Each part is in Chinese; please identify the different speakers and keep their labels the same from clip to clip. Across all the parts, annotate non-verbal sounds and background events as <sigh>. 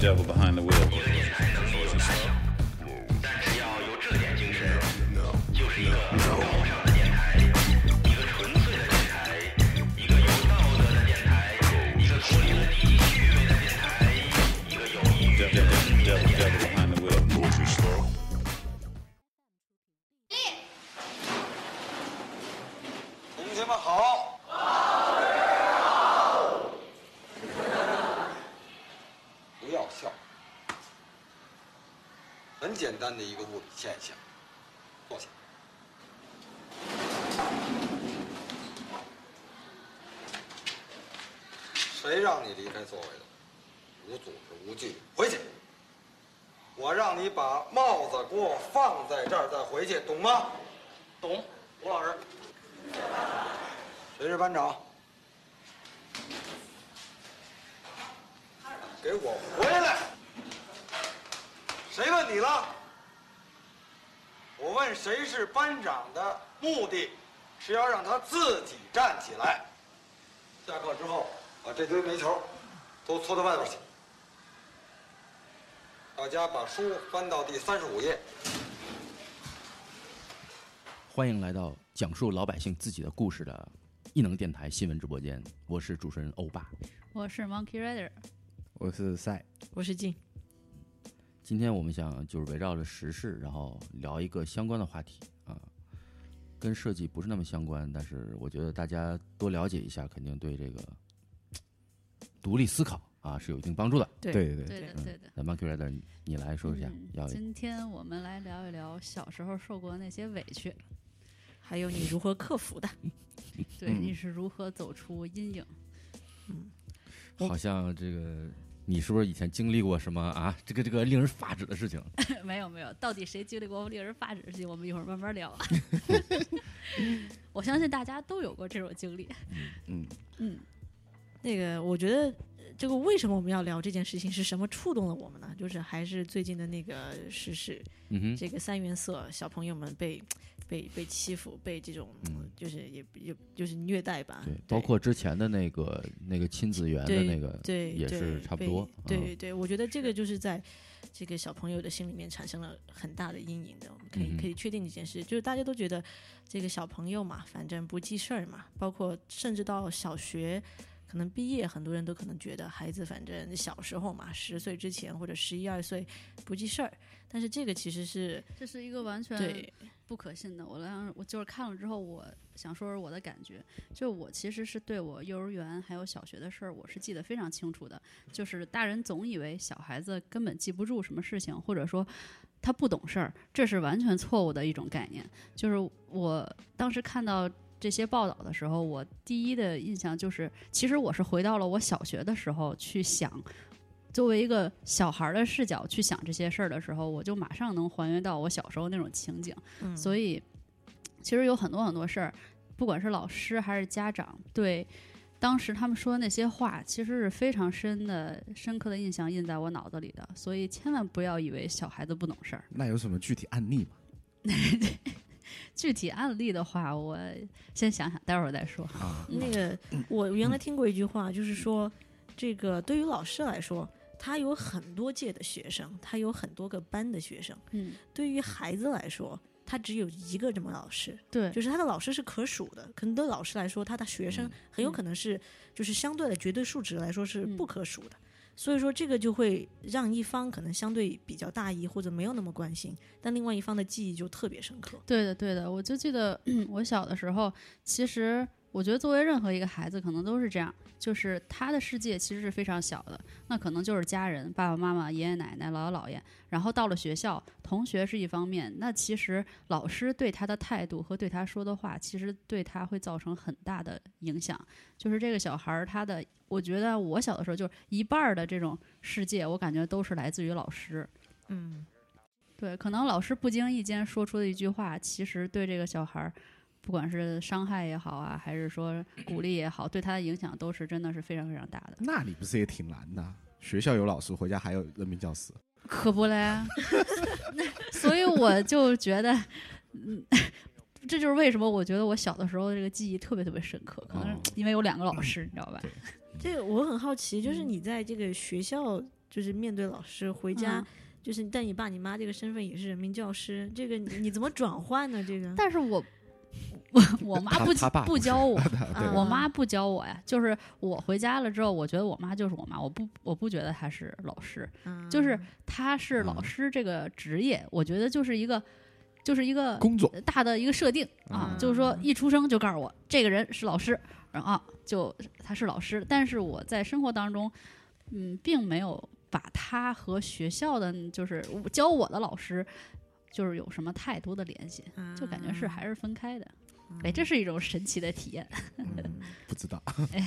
Speaker 1: devil behind the wheel.
Speaker 2: 同学们好。不要笑，很简单的一个物理现象。坐下。谁让你离开座位的？无组织无纪律，回去。我让你把帽子给我放在这儿，再回去，懂吗？
Speaker 3: 懂，吴老师，
Speaker 2: 谁是班长？给我回来！谁问你了？我问谁是班长的目的，是要让他自己站起来。下课之后，把这堆煤球都搓到外边去。大家把书翻到第三十五页。
Speaker 4: 欢迎来到讲述老百姓自己的故事的异能电台新闻直播间，我是主持人欧巴。
Speaker 5: 我是 Monkey Rider，
Speaker 6: 我是赛，
Speaker 7: 我是静，
Speaker 4: 今天我们想就是围绕着时事，然后聊一个相关的话题啊，跟设计不是那么相关，但是我觉得大家多了解一下，肯定对这个独立思考啊是有一定帮助的。嗯
Speaker 7: 对
Speaker 6: 对对，
Speaker 5: 对的对的。
Speaker 4: 那 Monkey Rider，你你来说一下，
Speaker 5: 嗯
Speaker 4: 要
Speaker 5: 今天我们来聊一聊小时候受过那些委屈，
Speaker 7: 还有你如何克服的？
Speaker 5: 嗯对你是如何走出阴影？ <laughs>
Speaker 4: 好像这个你是不是以前经历过什么啊？这个这个令人发指的事情？
Speaker 5: 没有没有，到底谁经历过令人发指的事情？我们一会儿慢慢聊。我相信大家都有过这种经历。
Speaker 6: 嗯，
Speaker 5: 嗯，
Speaker 7: 那个，我觉得呃这个为什么我们要聊这件事情，是什么触动了我们呢？就是还是最近的那个时事，
Speaker 4: 嗯哼，
Speaker 7: 这个三原色小朋友们被被被欺负，被这种、就是也也就是虐待吧，
Speaker 4: 嗯对，包括之前的那个那个亲子园的
Speaker 7: 对
Speaker 4: 那个，
Speaker 7: 对
Speaker 4: 也
Speaker 7: 对
Speaker 4: 是差不
Speaker 7: 被
Speaker 4: 多
Speaker 7: 对
Speaker 4: 嗯
Speaker 7: 对我觉得这个就是在这个小朋友的心里面产生了很大的阴影的。我们可以
Speaker 4: 嗯哼
Speaker 7: 可以确定一件事，就是大家都觉得这个小朋友嘛，反正不记事儿嘛，包括甚至到小学。可能毕业，很多人都可能觉得孩子反正小时候嘛，十岁之前或者十一二岁不记事儿，但是这个其实是
Speaker 5: 这是啊一个完全
Speaker 7: 对
Speaker 5: 不可信的。我当我就是看了之后，我想说说我的感觉，就我其实是对我幼儿园还有小学的事儿，我是记得非常清楚的。就是大人总以为小孩子根本记不住什么事情，或者说他不懂事儿，这是完全错误的一种概念。就是我当时看到。这些报道的时候，我第一的印象就是，其实我是回到了我小学的时候去想作为一个小孩儿的视角去想这些事儿的时候，我就马上能还原到我小时候那种情景。
Speaker 7: 嗯
Speaker 5: 所以，其实有很多很多事儿，不管是老师还是家长，对当时他们说的那些话，其实是非常深的、深刻的印象印在我脑子里的。所以，千万不要以为小孩子不懂事儿。
Speaker 6: 那有什么具体案例吗？
Speaker 5: 具体案例的话，我先想想，待会儿再说。
Speaker 4: 啊
Speaker 7: 那个，我原来听过一句话，就是说，这个对于老师来说，他有很多届的学生，他有很多个班的学生；
Speaker 5: 嗯，
Speaker 7: 对于孩子来说，他只有一个这么老师，
Speaker 5: 对，
Speaker 7: 就是他的老师是可数的。可能对老师来说，他的学生很有可能是，就是相对的绝对数值来说是不可数的。所以说，这个就会让一方可能相对比较大意或者没有那么关心，但另外一方的记忆就特别深刻。
Speaker 5: 对的，对的，我就记得 <clears throat> 我小的时候，其实我觉得作为任何一个孩子，可能都是这样，就是他的世界其实是非常小的，那可能就是家人、爸爸妈妈、爷爷奶奶、姥姥姥爷，然后到了学校，同学是一方面，那其实老师对他的态度和对他说的话，其实对他会造成很大的影响。就是这个小孩儿，他的，我觉得我小的时候就是一半儿的这种世界，我感觉都是来自于老师。
Speaker 7: 嗯，
Speaker 5: 对，可能老师不经意间说出的一句话，其实对这个小孩儿不管是伤害也好啊，还是说鼓励也好，对他的影响都是真的是非常非常大的。
Speaker 6: <laughs> 那你不是也挺难的？学校有老师，回家还有人民教师，
Speaker 5: 可不嘞，啊 <laughs> 那所以我就觉得，嗯， <laughs> 这就是为什么我觉得我小的时候这个记忆特别特别深刻，可能
Speaker 6: 哦
Speaker 5: 是因为有两个老师，你知道
Speaker 4: 嗯
Speaker 5: 吧？
Speaker 7: 这个我很好奇，就是
Speaker 5: 嗯
Speaker 7: 你在这个学校，就是面对老师，回家、
Speaker 5: 嗯
Speaker 7: 就是但你爸你妈这个身份也是人民教师，这个你你怎么转换呢？这个
Speaker 5: 但
Speaker 4: <laughs>
Speaker 5: 是我我我妈
Speaker 4: 他
Speaker 5: 不
Speaker 4: 他爸不
Speaker 5: 不
Speaker 4: 是
Speaker 5: 教我，
Speaker 7: 啊
Speaker 5: 呃我妈不教我呀，就是我回家了之后，我觉得我妈就是我妈，我不我不觉得她是老师，
Speaker 7: 嗯
Speaker 5: 就是她是老
Speaker 4: 嗯
Speaker 5: 师这个职业，我觉得就是一个就是一
Speaker 7: 呃
Speaker 5: 个
Speaker 6: 工作
Speaker 5: 大的一个设定啊，
Speaker 7: 嗯
Speaker 5: 就是说一出生就告诉我这个人是老师，然后、啊、就他是老师，但是我在生活当中，嗯，并没有把他和学校的就是教我的老师。就是有什么太多的联系，
Speaker 7: 啊嗯
Speaker 5: 就感觉是还是分开的，哎，这是一种神奇的体验。
Speaker 6: 嗯不知道，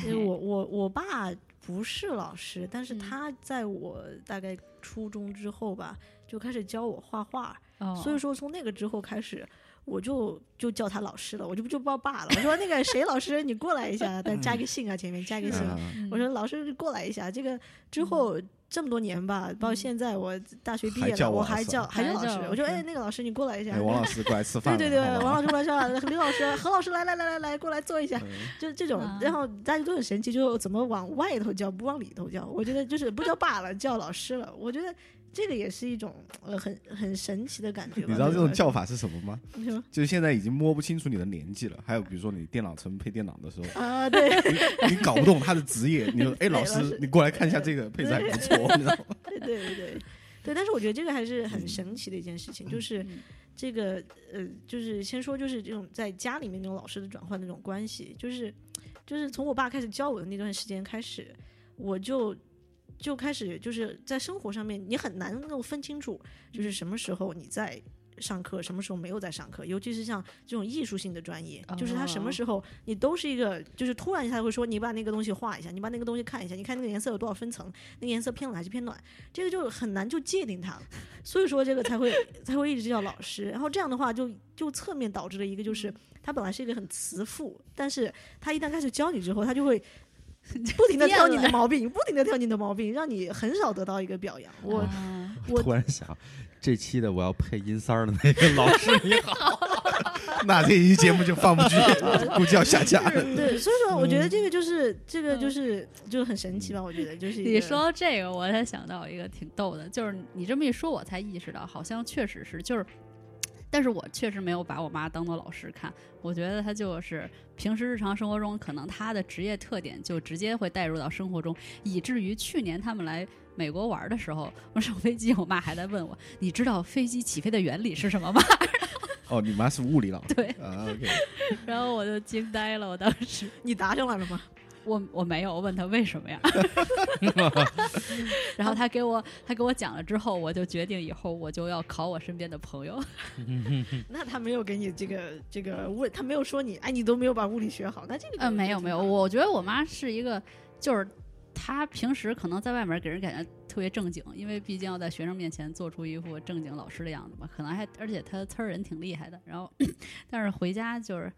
Speaker 7: 因为我我我爸不是老师，但是
Speaker 5: 嗯
Speaker 7: 他在我大概初中之后吧，就开始教我画画，
Speaker 5: 哦
Speaker 7: 所以说从那个之后开始。我就就叫他老师了，我就不就报爸了。我说那个谁老师，你过来一
Speaker 5: <laughs>
Speaker 7: 下，再加个姓啊，前面加个姓。
Speaker 6: 嗯
Speaker 5: 嗯
Speaker 7: 我说老师过来一下，这个之后这么多年吧，包括现在我大学毕
Speaker 6: 还
Speaker 7: 业
Speaker 6: 叫
Speaker 7: 了，我
Speaker 6: 我老
Speaker 7: 还
Speaker 6: 师啊
Speaker 7: 叫还
Speaker 5: 嗯
Speaker 7: 叫
Speaker 5: 还
Speaker 7: 老
Speaker 5: 叫
Speaker 7: 师
Speaker 5: 老，
Speaker 7: 我说
Speaker 5: 师
Speaker 7: 哎那个老师你过来一下
Speaker 6: 哎，，王老师
Speaker 7: <laughs>
Speaker 6: 过来吃
Speaker 7: 对
Speaker 6: 饭了，
Speaker 7: 对对，
Speaker 6: 好吧
Speaker 7: 王老师过来吃
Speaker 6: <laughs>
Speaker 7: 饭了，刘老师何老师来来来来来过来坐一下，
Speaker 6: 嗯
Speaker 7: 就这种
Speaker 5: 啊，
Speaker 7: 然后大家都很神奇，就怎么往外头叫不往里头叫，我觉得就是不叫爸了，叫老师了，我觉得。这个也是一种呃很很神奇的感觉吧。
Speaker 6: 你知道这
Speaker 7: 对我
Speaker 6: 种
Speaker 7: 来
Speaker 6: 叫法是什么吗？
Speaker 7: 说什么
Speaker 6: 就是现在已经摸不清楚你的年纪了。还有比如说你电脑城配电脑的时候，
Speaker 7: 啊？对，
Speaker 6: 你搞不懂他的职业，
Speaker 7: <laughs>
Speaker 6: 你说哎老
Speaker 7: 老
Speaker 6: 师
Speaker 7: 师
Speaker 6: 你过来看一下这个配置还
Speaker 7: <laughs>
Speaker 6: 不错，你知道吗？
Speaker 7: 对对对对，但是我觉得这个还是
Speaker 6: 嗯
Speaker 7: 很神奇的一件事情，就是
Speaker 5: 嗯
Speaker 7: 这个呃，就是先说就是这种在家里面那种老师的转换那种关系，就是就是从我爸开始教我的那段时间开始，我就。就开始就是在生活上面，你很难能够分清楚，就是什么时候你在上课，什么时候没有在上课。尤其是像这种艺术性的专业，就是他什么
Speaker 5: 哦
Speaker 7: 时候你都是一个，就是突然一下会说，你把那个东西画一下，你把那个东西看一下，你看那个颜色有多少分层，那个颜色偏冷还是偏暖，这个就很难就界定它了。所以说这个才 <laughs> 会才会一直叫老师。然后这样的话就，就侧面导致了一个，就是他本来是一个很慈父，但是他一旦开始教你之后，他就会不 <laughs> 停的挑你的毛病，不停的挑你的毛病，让你很少得到一个表扬。我、
Speaker 5: 啊
Speaker 7: 我
Speaker 8: 突然想，这期的我要配音三儿的那
Speaker 6: <laughs>
Speaker 8: 个老师你好，
Speaker 6: 那这一节目就放不进去，估计要下架。
Speaker 7: 对，嗯所以说我觉得这个就是、这个就是就很神
Speaker 6: 嗯
Speaker 7: 奇吧，我觉得 <laughs> 就是一
Speaker 5: 你
Speaker 7: 个
Speaker 5: 说到这个，我才想到一个挺逗的，就是你这么一说，我才意识到，好像确实是，就是，但是我确实没有把我妈当做老师看，我觉得她就是平时日常生活中，可能她的职业特点就直接会带入到生活中，以至于去年他们来。美国玩的时候，我上飞机，我妈还在问我：“你知道飞机起飞的原理是什么吗 <laughs>
Speaker 6: 哦，你妈是物理老师，
Speaker 5: 对
Speaker 6: 啊，OK，？”
Speaker 5: 然后我就惊呆了，我当时
Speaker 7: 你答上来了吗？
Speaker 5: 我我没有，我问他为什么 <laughs> 呀？然后他给我他给我讲了之后，我就决定以后我就要考我身边的朋友。
Speaker 7: <laughs> 那他没有给你这个这个问，他没有说你哎，你都没有把物理学好，那这个就
Speaker 5: <laughs> 嗯，没有
Speaker 7: 就挺
Speaker 5: 没有，
Speaker 7: 好的
Speaker 5: 我觉得我妈是一个，就是她平时可能在外面给人感觉特别正经，因为毕竟要在学生面前做出一副正经老师的样子嘛，可能还而且她呲儿人挺厉害的，然后 <coughs> 但是回家就是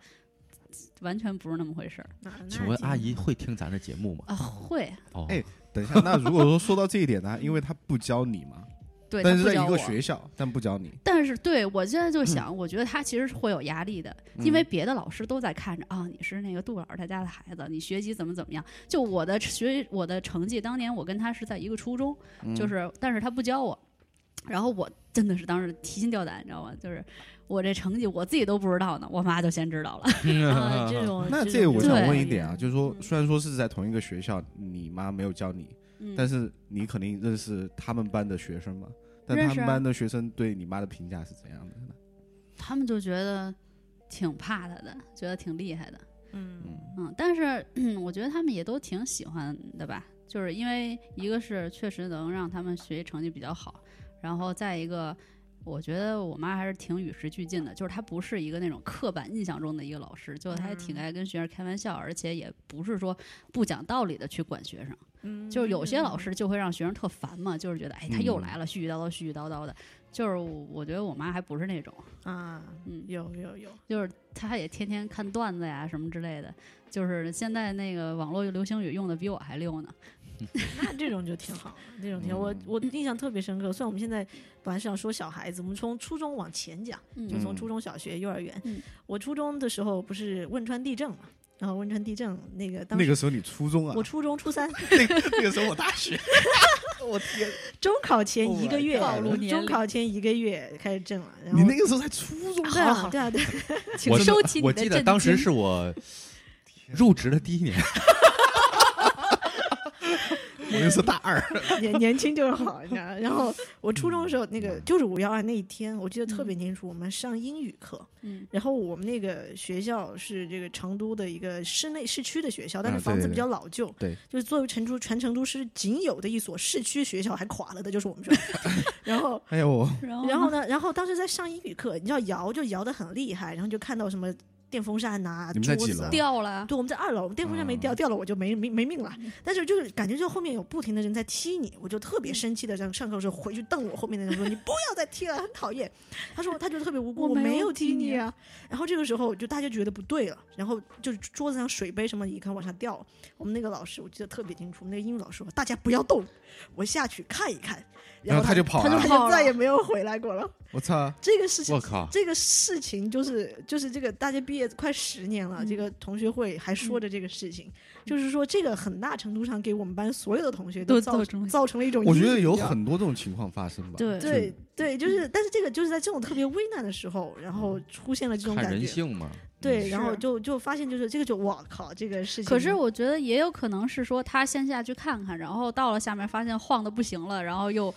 Speaker 5: 完全不是那么回事儿
Speaker 7: 啊那
Speaker 4: 请问
Speaker 7: 挺
Speaker 4: 阿姨会听咱的节目吗？
Speaker 5: 啊，会
Speaker 4: 哦，
Speaker 6: 哎等一下，那如果说说到这一点呢，因为他不教你嘛，
Speaker 5: 对，
Speaker 6: 但
Speaker 5: 她
Speaker 6: 是
Speaker 5: 不
Speaker 6: 在
Speaker 5: 教
Speaker 6: 一个
Speaker 5: 我
Speaker 6: 学校，但不教你，嗯
Speaker 5: 但是对我现在就想，我觉得他其实是会有压力的，因为别的老师都在看着啊，你是那个杜老师他家的孩子，你学习怎么怎么样。就我的学我的成绩，当年我跟他是在一个初中，
Speaker 6: 嗯
Speaker 5: 就是但是他不教我，然后我真的是当时提心吊胆，你知道吗？就是我这成绩我自己都不知道呢，我妈就先知道了。
Speaker 7: <laughs> 啊，这种
Speaker 6: <laughs> 那这
Speaker 7: 这
Speaker 6: 个
Speaker 7: 种
Speaker 6: 我
Speaker 7: 就
Speaker 6: 想
Speaker 5: 对
Speaker 6: 问一点啊，就是说
Speaker 5: 嗯
Speaker 6: 虽然说是在同一个学校，你妈没有教你，
Speaker 5: 嗯，
Speaker 6: 但是你肯定认识他们班的学生嘛？但
Speaker 5: 认
Speaker 6: 他
Speaker 5: 识
Speaker 6: 们
Speaker 5: 啊
Speaker 6: 班的学生对你妈的评价是怎样的呢？
Speaker 5: 他们就觉得挺怕他的，觉得挺厉害的。
Speaker 7: 嗯
Speaker 5: 嗯，但是、嗯、我觉得他们也都挺喜欢的吧，就是因为一个是确实能让他们学习成绩比较好，然后再一个，我觉得我妈还是挺与时俱进的，就是她不是一个那种刻板印象中的一个老师，就她也挺
Speaker 7: 嗯
Speaker 5: 爱跟学生开玩笑，而且也不是说不讲道理的去管学生。就是有些老师就会让学生特烦嘛，就是觉得哎他又来了，絮絮叨叨絮絮叨叨的。就是我我觉得我妈还不是那种，
Speaker 7: 啊，
Speaker 5: 嗯，
Speaker 7: 有有有，
Speaker 5: 就是她也天天看段子呀什么之类的，就是现在那个网络流行语用的比我还溜呢。
Speaker 7: 那这种就挺好，这种挺好。我
Speaker 6: 嗯
Speaker 7: 我印象特别深刻。虽然我们现在本来是想说小孩子，我们从初中往前讲，
Speaker 5: 嗯
Speaker 7: 就从初中小学、幼儿园。
Speaker 5: 嗯
Speaker 7: 我初中的时候不是汶川地震嘛，然后汶川地震那个当
Speaker 6: 那
Speaker 7: 时、
Speaker 6: 个时候你初中啊
Speaker 7: 我，初中初三 <laughs>
Speaker 6: 那个那个时候我大学， <laughs> 我天，
Speaker 7: 中考前
Speaker 6: Oh my
Speaker 7: 一个月，
Speaker 6: God 暴露
Speaker 5: 年
Speaker 7: 中
Speaker 5: 龄
Speaker 7: 考前一个月开始震了。然后
Speaker 6: 你那个时候才初中，
Speaker 7: 对啊对啊对啊，
Speaker 5: 请
Speaker 8: 我
Speaker 5: 收起你
Speaker 8: 我
Speaker 5: 的
Speaker 8: 记
Speaker 5: 震
Speaker 8: 得
Speaker 5: 惊。
Speaker 8: 当时是我入职的第一年，
Speaker 6: <laughs> 我那是大
Speaker 8: <laughs>
Speaker 6: 二，
Speaker 7: 年年轻就是好，你知道吗。然
Speaker 6: <laughs>
Speaker 7: 后我初中的时候，那
Speaker 6: 嗯
Speaker 7: 个就是五幺二那一天，我记得特别清楚。我们上英语课，
Speaker 5: 嗯
Speaker 7: 然后我们那个学校是这个成都的一个市内市区的学校，但
Speaker 6: 啊
Speaker 7: 是
Speaker 6: 对
Speaker 7: 房子
Speaker 6: 对
Speaker 7: 比
Speaker 6: 对
Speaker 7: 较老旧，
Speaker 6: 对
Speaker 7: 就是作为成都全成都市仅有的一所市区学校还垮了的，就是我们学校。 <laughs> 然后，
Speaker 6: 哎呦，
Speaker 5: 然后
Speaker 7: 然后呢，然后当时在上英语课，你知道摇就摇得很厉害，然后就看到什么电风扇呐、
Speaker 6: 你们在
Speaker 7: 桌
Speaker 6: 几
Speaker 7: 子
Speaker 6: 楼
Speaker 7: 啊。
Speaker 5: 掉了，
Speaker 7: 对，我们在二楼，我们电风扇没掉，掉了我就没没没命了。但是就是感觉就后面有不停的人在踢你，我就特别生气的让上课的时候回去瞪我后面的人说你不要再踢了，很讨厌。他说他觉得特别无辜，
Speaker 5: 我
Speaker 7: 我
Speaker 5: 没有
Speaker 7: 有
Speaker 5: 踢
Speaker 7: 踢
Speaker 5: 你
Speaker 7: 你啊。然后这个时候就大家觉得不对了，然后就是桌子上水杯什么也开始往下掉了。我们那个老师我记得特别清楚，我们那个英语老师说大家不要动，我下去看一看。
Speaker 6: 然后
Speaker 7: 他
Speaker 6: 他就跑
Speaker 7: 他
Speaker 6: 了，
Speaker 7: 就
Speaker 5: 跑
Speaker 7: 再
Speaker 5: 了
Speaker 7: 也没有回来过了。
Speaker 6: 我操，
Speaker 7: 这个事情
Speaker 8: 我靠！
Speaker 7: 这个事情就是就是这个大家毕业快十年了，
Speaker 5: 嗯
Speaker 7: 这个同学会还说着这个事情，就是说这个很大程度上给我们班所有的同学
Speaker 5: 都
Speaker 7: 造
Speaker 5: 造成了
Speaker 7: 造成了一种
Speaker 6: 我觉
Speaker 7: 阴
Speaker 6: 得
Speaker 7: 影
Speaker 6: 有
Speaker 7: 啊
Speaker 6: 很多这种情况发生吧，
Speaker 5: 对
Speaker 7: 对对，
Speaker 5: 嗯
Speaker 7: 就是但是这个就是在这种特别危难的时候，然后出现了这种
Speaker 8: 看
Speaker 7: 感
Speaker 8: 人
Speaker 7: 觉，
Speaker 8: 性嘛。嗯
Speaker 7: 对，然后
Speaker 5: 嗯是
Speaker 7: 就就发现就是这个就我靠这个事情，
Speaker 5: 可是我觉得也有可能是说他先下去看看，然后到了下面发现晃的不行了，然后又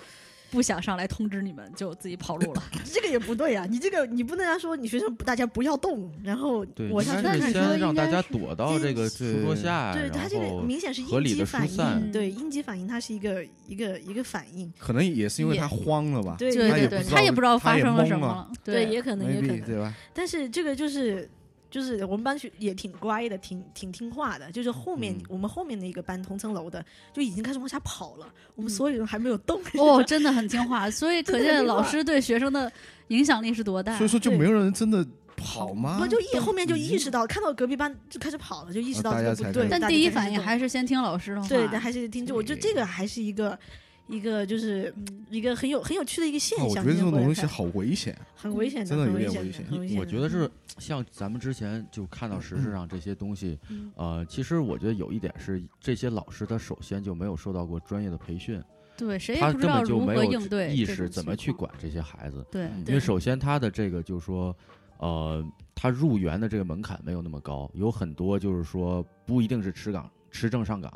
Speaker 5: 不想上来通知你们，就自己跑路了。
Speaker 7: 这个也不对呀、啊你这个你不能让说你学生不大家不要动，然后
Speaker 8: 对，
Speaker 7: 我
Speaker 8: 应
Speaker 7: 上去
Speaker 8: 该
Speaker 7: 看
Speaker 8: 是
Speaker 7: 看
Speaker 8: 先让大
Speaker 5: 应该
Speaker 8: 家
Speaker 5: 是
Speaker 8: 躲到这个书桌下，
Speaker 7: 对
Speaker 8: 啊然
Speaker 7: 他这个
Speaker 8: 后
Speaker 7: 明显是
Speaker 8: 合
Speaker 7: 应
Speaker 8: 理
Speaker 7: 激
Speaker 8: 地疏
Speaker 7: 反
Speaker 8: 散
Speaker 7: 应，
Speaker 5: 嗯
Speaker 7: 对应激反应，它是一个一个一个反应。
Speaker 6: 可能也是因为
Speaker 7: 也
Speaker 6: 他慌了吧，
Speaker 7: 对
Speaker 6: 他啊
Speaker 5: 对
Speaker 6: 也不
Speaker 5: 对，
Speaker 6: 知
Speaker 5: 他
Speaker 6: 道
Speaker 5: 也不知道
Speaker 6: 他
Speaker 5: 发
Speaker 6: 也
Speaker 5: 生了
Speaker 6: 懵
Speaker 5: 什么
Speaker 6: 了
Speaker 5: 了。
Speaker 7: 对，也可能，也可
Speaker 6: maybe
Speaker 7: 能。
Speaker 6: 对吧？
Speaker 7: 但是这个就是就是我们班是也挺乖的，挺挺听话的。就是后面、
Speaker 8: 嗯
Speaker 7: 我们后面的一个班同层楼的就已经开始往下跑了，我们
Speaker 5: 嗯
Speaker 7: 所有人还没有动。 <laughs>
Speaker 5: 哦，真的很听话，所以可
Speaker 7: 真的很
Speaker 5: 见
Speaker 7: 听
Speaker 5: 老
Speaker 7: 话
Speaker 5: 师对学生的影响力是多大。
Speaker 6: 所以说就
Speaker 7: 啊对
Speaker 6: 没有人真的跑吗
Speaker 7: 我？就一后面就意识到，看到隔壁班就开始跑了，就意识
Speaker 6: 嗯啊
Speaker 7: 到
Speaker 6: 大
Speaker 7: 这
Speaker 6: 家
Speaker 7: 个不
Speaker 6: 才
Speaker 7: 对。
Speaker 6: 开始
Speaker 5: 但
Speaker 7: 大家
Speaker 5: 第一
Speaker 7: 开始
Speaker 5: 反应
Speaker 7: 动
Speaker 5: 还是先听老师的话。
Speaker 7: 对，但还是听着，我觉得
Speaker 6: 对
Speaker 7: 这个还是一个一个就是一个很有很有趣的一个现
Speaker 6: 啊我觉
Speaker 7: 象。
Speaker 6: 得这
Speaker 7: 现在回
Speaker 6: 种
Speaker 7: 来
Speaker 6: 东西
Speaker 7: 看
Speaker 6: 好危险，
Speaker 7: 很危险的，
Speaker 6: 真的
Speaker 7: 很
Speaker 6: 有
Speaker 7: 危
Speaker 6: 点
Speaker 7: 险
Speaker 6: 危
Speaker 7: 的
Speaker 6: 险
Speaker 7: 很危
Speaker 8: 你
Speaker 7: 险的。
Speaker 8: 我
Speaker 5: 嗯
Speaker 8: 觉得是像咱们之前就看到时事上这些东西，
Speaker 7: 嗯
Speaker 8: 呃，其实我觉得有一点是这些老师他首先就没有受到过专业的培训，
Speaker 5: 对，谁也
Speaker 8: 他
Speaker 5: 哎不知
Speaker 8: 根
Speaker 5: 道
Speaker 8: 本就
Speaker 5: 如
Speaker 8: 没
Speaker 5: 何
Speaker 8: 有
Speaker 5: 应对
Speaker 8: 意
Speaker 5: 这
Speaker 8: 识
Speaker 5: 种
Speaker 8: 怎么
Speaker 5: 情
Speaker 8: 去
Speaker 5: 况。
Speaker 8: 管这些孩子，
Speaker 5: 对
Speaker 6: 嗯
Speaker 8: 因为
Speaker 5: 对
Speaker 8: 首先他的这个就是说，呃，他入园的这个门槛没有那么高，有很多就是说不一定是持岗持证上岗，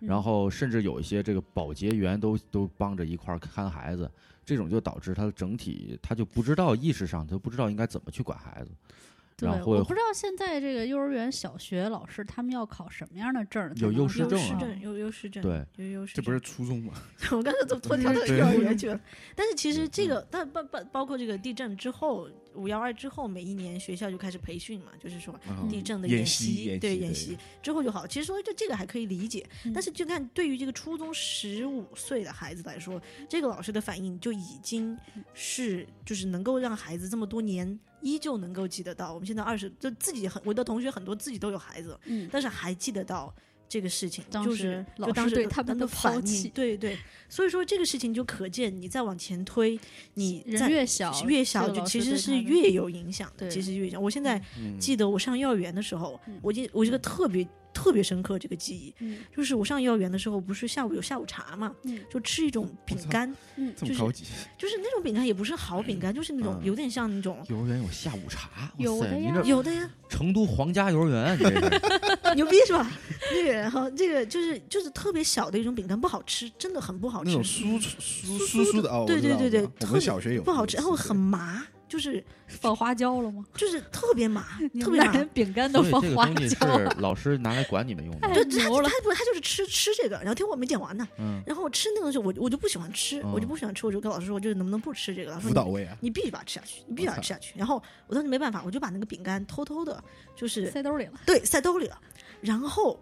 Speaker 8: 然
Speaker 5: 嗯
Speaker 8: 后甚至有一些这个保洁员都都帮着一块儿看孩子，这种就导致他的整体他就不知道意识上他不知道应该怎么去管孩子，
Speaker 5: 对
Speaker 8: 然，后会
Speaker 5: 我不知道现在这个幼儿园、小学老师他们要考什么样的证儿才
Speaker 8: 有
Speaker 5: 能
Speaker 8: 幼
Speaker 5: 够
Speaker 8: 师证啊
Speaker 7: 有优势证，
Speaker 8: 对，
Speaker 7: 有优势
Speaker 6: 这
Speaker 7: 证。
Speaker 6: 不是初中吗？
Speaker 7: <laughs> 我刚才都脱跳到
Speaker 6: 对
Speaker 7: 幼儿园去了。但是其实
Speaker 6: 嗯
Speaker 7: 这个，但包包包括这个地震之后，五幺二之后，每一年学校就开始培训嘛，就是说
Speaker 5: 嗯
Speaker 8: 嗯
Speaker 6: 啊
Speaker 7: 地震的
Speaker 6: 演
Speaker 7: 习，
Speaker 6: 习演
Speaker 7: 对
Speaker 6: 习对
Speaker 7: 习之后就好。其实说这这个还可以理解，
Speaker 5: 嗯
Speaker 7: 但是就看对于这个初中十五岁的孩子来说，这个老师的反应就已经是就是能够让孩子这么多年依旧能够记得到。我们现在二十，就自己很我的同学很多自己都有孩子了，
Speaker 5: 嗯，
Speaker 7: 但是还记得到这个事情，
Speaker 5: 当
Speaker 7: 就
Speaker 5: 时
Speaker 7: 是
Speaker 5: 老
Speaker 7: 就当
Speaker 5: 师
Speaker 7: 时
Speaker 5: 对
Speaker 7: 的
Speaker 5: 他们的
Speaker 7: 反
Speaker 5: 抛
Speaker 7: 应
Speaker 5: 弃
Speaker 7: 对对，所以说这个事情就可见，你再往前推，你
Speaker 5: 人
Speaker 7: 再
Speaker 5: 越小
Speaker 7: 越
Speaker 5: 这
Speaker 7: 小
Speaker 5: 个
Speaker 7: 就
Speaker 5: 老
Speaker 7: 其
Speaker 5: 师
Speaker 7: 实是
Speaker 5: 对他的
Speaker 7: 越有影响的，
Speaker 5: 对
Speaker 7: 其实越影响。我现在
Speaker 6: 嗯
Speaker 7: 记得我上幼儿园的时候，
Speaker 5: 嗯
Speaker 7: 我记我这个特别特别深刻这个记忆，
Speaker 5: 嗯
Speaker 7: 就是我上幼儿园的时候，不是下午有下午茶嘛，
Speaker 5: 嗯
Speaker 7: 就吃一种饼
Speaker 6: 操
Speaker 7: 干，
Speaker 6: 这么
Speaker 7: 就是
Speaker 6: 高级，
Speaker 7: 就是那种饼干也不是好饼干，就是那种
Speaker 6: 嗯
Speaker 7: 有点像那种。
Speaker 8: 幼儿园有下午茶，哇
Speaker 5: 有
Speaker 8: 塞
Speaker 5: 的
Speaker 8: 您
Speaker 5: 呀
Speaker 8: 这
Speaker 7: 有的呀，
Speaker 8: 成都皇家幼儿园，你这是
Speaker 7: 牛逼是吧？那个，然后这个就是就是特别小的一种饼干，不好吃，真的很不好
Speaker 6: 那
Speaker 7: 吃。
Speaker 6: 种酥酥
Speaker 7: 酥
Speaker 6: 酥酥的哦，我
Speaker 7: 对
Speaker 6: 知
Speaker 7: 对
Speaker 6: 道
Speaker 7: 对
Speaker 6: 我
Speaker 7: 对
Speaker 6: 知道我
Speaker 7: 特别
Speaker 6: 们小学有
Speaker 7: 不好吃，然后很
Speaker 6: 对
Speaker 7: 麻，就是
Speaker 5: 放花椒了吗？，
Speaker 7: 就是特别麻
Speaker 5: 你
Speaker 7: 特
Speaker 5: 们
Speaker 7: 别
Speaker 5: <laughs> 那
Speaker 7: 麻。
Speaker 5: 连饼干都
Speaker 8: 所以
Speaker 5: 放
Speaker 8: 这个
Speaker 5: 花
Speaker 8: 东西
Speaker 5: 椒
Speaker 8: <laughs>
Speaker 5: 哎了，
Speaker 8: 是老师拿来管你们用的
Speaker 5: 太。
Speaker 7: 对，他
Speaker 5: 牛
Speaker 7: 就
Speaker 5: 了！
Speaker 7: 他不他就是吃吃这个，然后听我没讲完呢，
Speaker 8: 嗯
Speaker 7: 然后我吃那个时候我我就不喜欢吃，我就
Speaker 8: 嗯
Speaker 7: 不喜欢吃，我就跟老师说，我就是能不能不吃这个？老师
Speaker 6: 辅导
Speaker 7: 说你
Speaker 6: 位啊，
Speaker 7: 你必须把它吃下去，你必须把它
Speaker 6: 我操
Speaker 7: 吃下去。然后我当时没办法，我就把那个饼干偷偷的，就是
Speaker 5: 塞兜里了。
Speaker 7: 对塞兜里了，然后。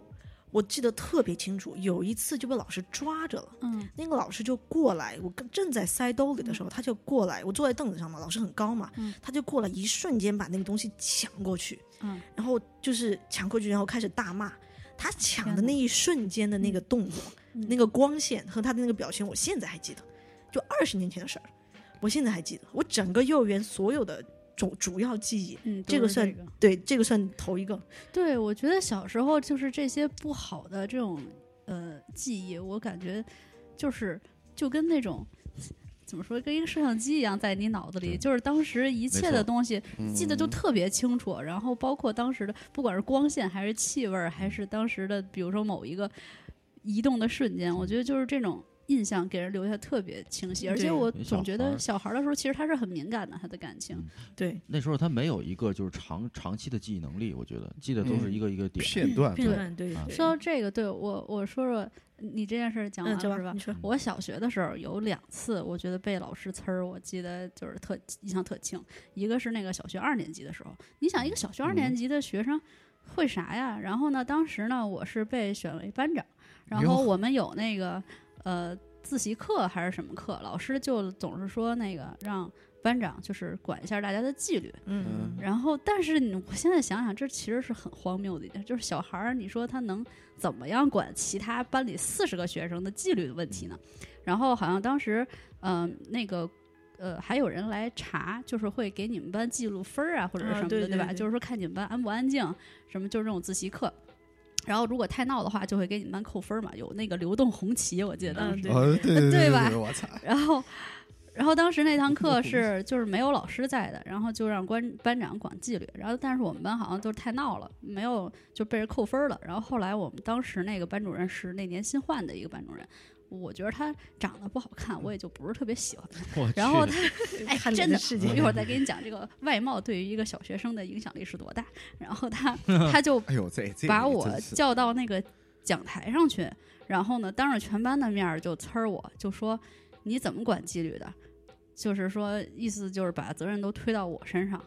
Speaker 7: 我记得特别清楚，有一次就被老师抓着了。
Speaker 5: 嗯
Speaker 7: 那个老师就过来，我刚正在塞兜里的时候，他就过来，我坐在凳子上嘛，老师很高嘛，
Speaker 5: 嗯
Speaker 7: 他就过来，一瞬间把那个东西抢过去，
Speaker 5: 嗯
Speaker 7: 然后就是抢过去，然后开始大骂。他抢的
Speaker 5: 天哪
Speaker 7: 那一瞬间的那个动作，
Speaker 5: 嗯
Speaker 7: 那个光线和他的那个表情，我现在还记得，就二十年前的事儿，我现在还记得。我整个幼儿园所有的主主要记忆，
Speaker 5: 嗯，
Speaker 7: 这
Speaker 5: 都
Speaker 7: 个
Speaker 5: 是
Speaker 7: 算、对，这个算头一个。
Speaker 5: 对，我觉得小时候就是这些不好的这种呃记忆，我感觉就是就跟那种。怎么说，跟一个摄像机一样在你脑子里，
Speaker 8: 对
Speaker 5: 就是当时一切的
Speaker 8: 错嗯
Speaker 5: 东西记得就特别清楚，然后包括当时的，不管是光线还是气味儿，还是当时的，比如说某一个移动的瞬间，我觉得就是这种印象给人留下特别清晰。而且
Speaker 7: 对
Speaker 5: 我
Speaker 8: 因为
Speaker 5: 总
Speaker 8: 小
Speaker 5: 觉
Speaker 8: 孩
Speaker 5: 得
Speaker 8: 儿嗯
Speaker 5: 小孩儿的时候，其实他是很敏感的，他的感情。
Speaker 7: 对，
Speaker 8: 那时候他没有一个就是长长期的记忆能力，我觉得记得都是一个一个点。
Speaker 6: 嗯片段，
Speaker 7: 片段对
Speaker 8: 啊
Speaker 7: 对，
Speaker 5: 说到这个，对我我说说你这件事儿讲
Speaker 7: 嗯，
Speaker 5: 完了、
Speaker 7: 走吧
Speaker 5: 是，吧
Speaker 7: 你？说，
Speaker 5: 我小学的时候有两次，我觉得被老师呲儿，我记得就是特印象特清。一个是那个小学二年级的时候，你想一个小学二年级的学生会啥呀？然后呢，当时呢我是被选为班长，然
Speaker 6: 哟
Speaker 5: 后我们有那个呃自习课还是什么课，老师就总是说那个让班长就是管一下大家的纪律。
Speaker 7: 嗯，
Speaker 5: 然后，但是你我现在想想，这其实是很荒谬的一件，就是小孩儿，你说他能怎么样管其他班里四十个学生的纪律的问题呢？
Speaker 7: 嗯
Speaker 5: 然后好像当时，嗯、那个。呃，还有人来查，就是会给你们班记录分儿啊，或者是
Speaker 7: 啊
Speaker 5: 什么的，
Speaker 7: 对对
Speaker 5: 吧？
Speaker 7: 对
Speaker 5: 就是说看你们班安不安静，什么就是那种自习课。然后如果太闹的话，就会给你们班扣分儿嘛，有那个流动红旗，我记得当时
Speaker 7: 嗯，对，
Speaker 6: 哦，对对
Speaker 5: 对吧
Speaker 6: 我操，
Speaker 5: <laughs> 然后，然后当时那堂课是就是没有老师在的，然后就让班班长管纪律。然后，但是我们班好像就是太闹了，没有就被人扣分了。然后后来我们当时那个班主任是那年新换的一个班主任。我觉得他长得不好看，我也就不是特别喜欢他。
Speaker 8: 我
Speaker 5: 然后
Speaker 8: 去
Speaker 5: 他，哎，
Speaker 7: 看
Speaker 5: 真
Speaker 7: 人
Speaker 5: 的，
Speaker 7: 的世界
Speaker 6: 嗯
Speaker 5: 我一会儿再给你讲这个外貌对于一个小学生的影响力是多大。然后
Speaker 6: <laughs>
Speaker 5: 他，他就
Speaker 6: 哎呦，这这
Speaker 5: 把我
Speaker 6: 真是
Speaker 5: 叫到那个讲台上去，然后呢，当着全班的面儿就呲儿我，就说你怎么管纪律的？就是说，意思就是把责任都推到我身上。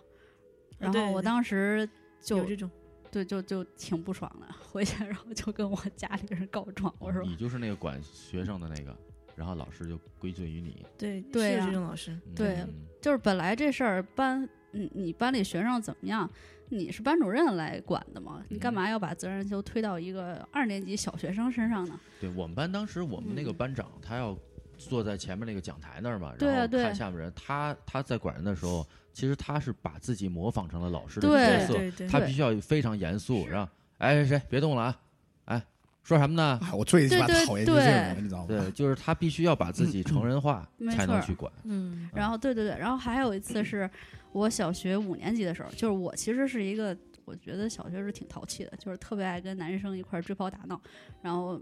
Speaker 5: 然
Speaker 7: 啊对
Speaker 5: 后我
Speaker 7: 对
Speaker 5: 当时就
Speaker 7: 有这种，
Speaker 5: 对就就挺不爽的，回去然后就跟我家里人告状，我说
Speaker 8: 你就是那个管学生的那个，然后老师就归罪于你。
Speaker 7: 对，是
Speaker 5: 对
Speaker 7: 有
Speaker 5: 啊
Speaker 7: 这种老师，
Speaker 8: 嗯
Speaker 5: 对
Speaker 8: 嗯
Speaker 5: 就是本来这事儿班，你你班里学生怎么样，你是班主任来管的嘛，你干
Speaker 8: 嗯
Speaker 5: 嘛要把责任就推到一个二年级小学生身上呢？
Speaker 8: 对我们班当时我们那个
Speaker 5: 嗯
Speaker 8: 班长，他要坐在前面那个讲台那儿嘛，
Speaker 5: 对啊
Speaker 8: 然后
Speaker 5: 对
Speaker 8: 看下面人。他他在管人的时候，其实他是把自己模仿成了老师的
Speaker 5: 对
Speaker 8: 角色，
Speaker 7: 对对，
Speaker 8: 他必须要非常严肃，然后哎谁谁别动了啊，哎说什么呢？
Speaker 6: 哎，我最他妈
Speaker 5: 对对
Speaker 6: 讨厌就是这种
Speaker 5: 对
Speaker 6: 人，你知道吗？
Speaker 8: 对，就是他必须要把自己成人化
Speaker 5: 嗯嗯
Speaker 8: 才
Speaker 5: 没
Speaker 8: 能
Speaker 5: 错
Speaker 8: 去管。
Speaker 7: 嗯，
Speaker 5: 然后对对对，然后还有一次是我小学五年级的时候，就是我其实是一个，我觉得小学是挺淘气的，就是特别爱跟男生一块儿追跑打闹，然后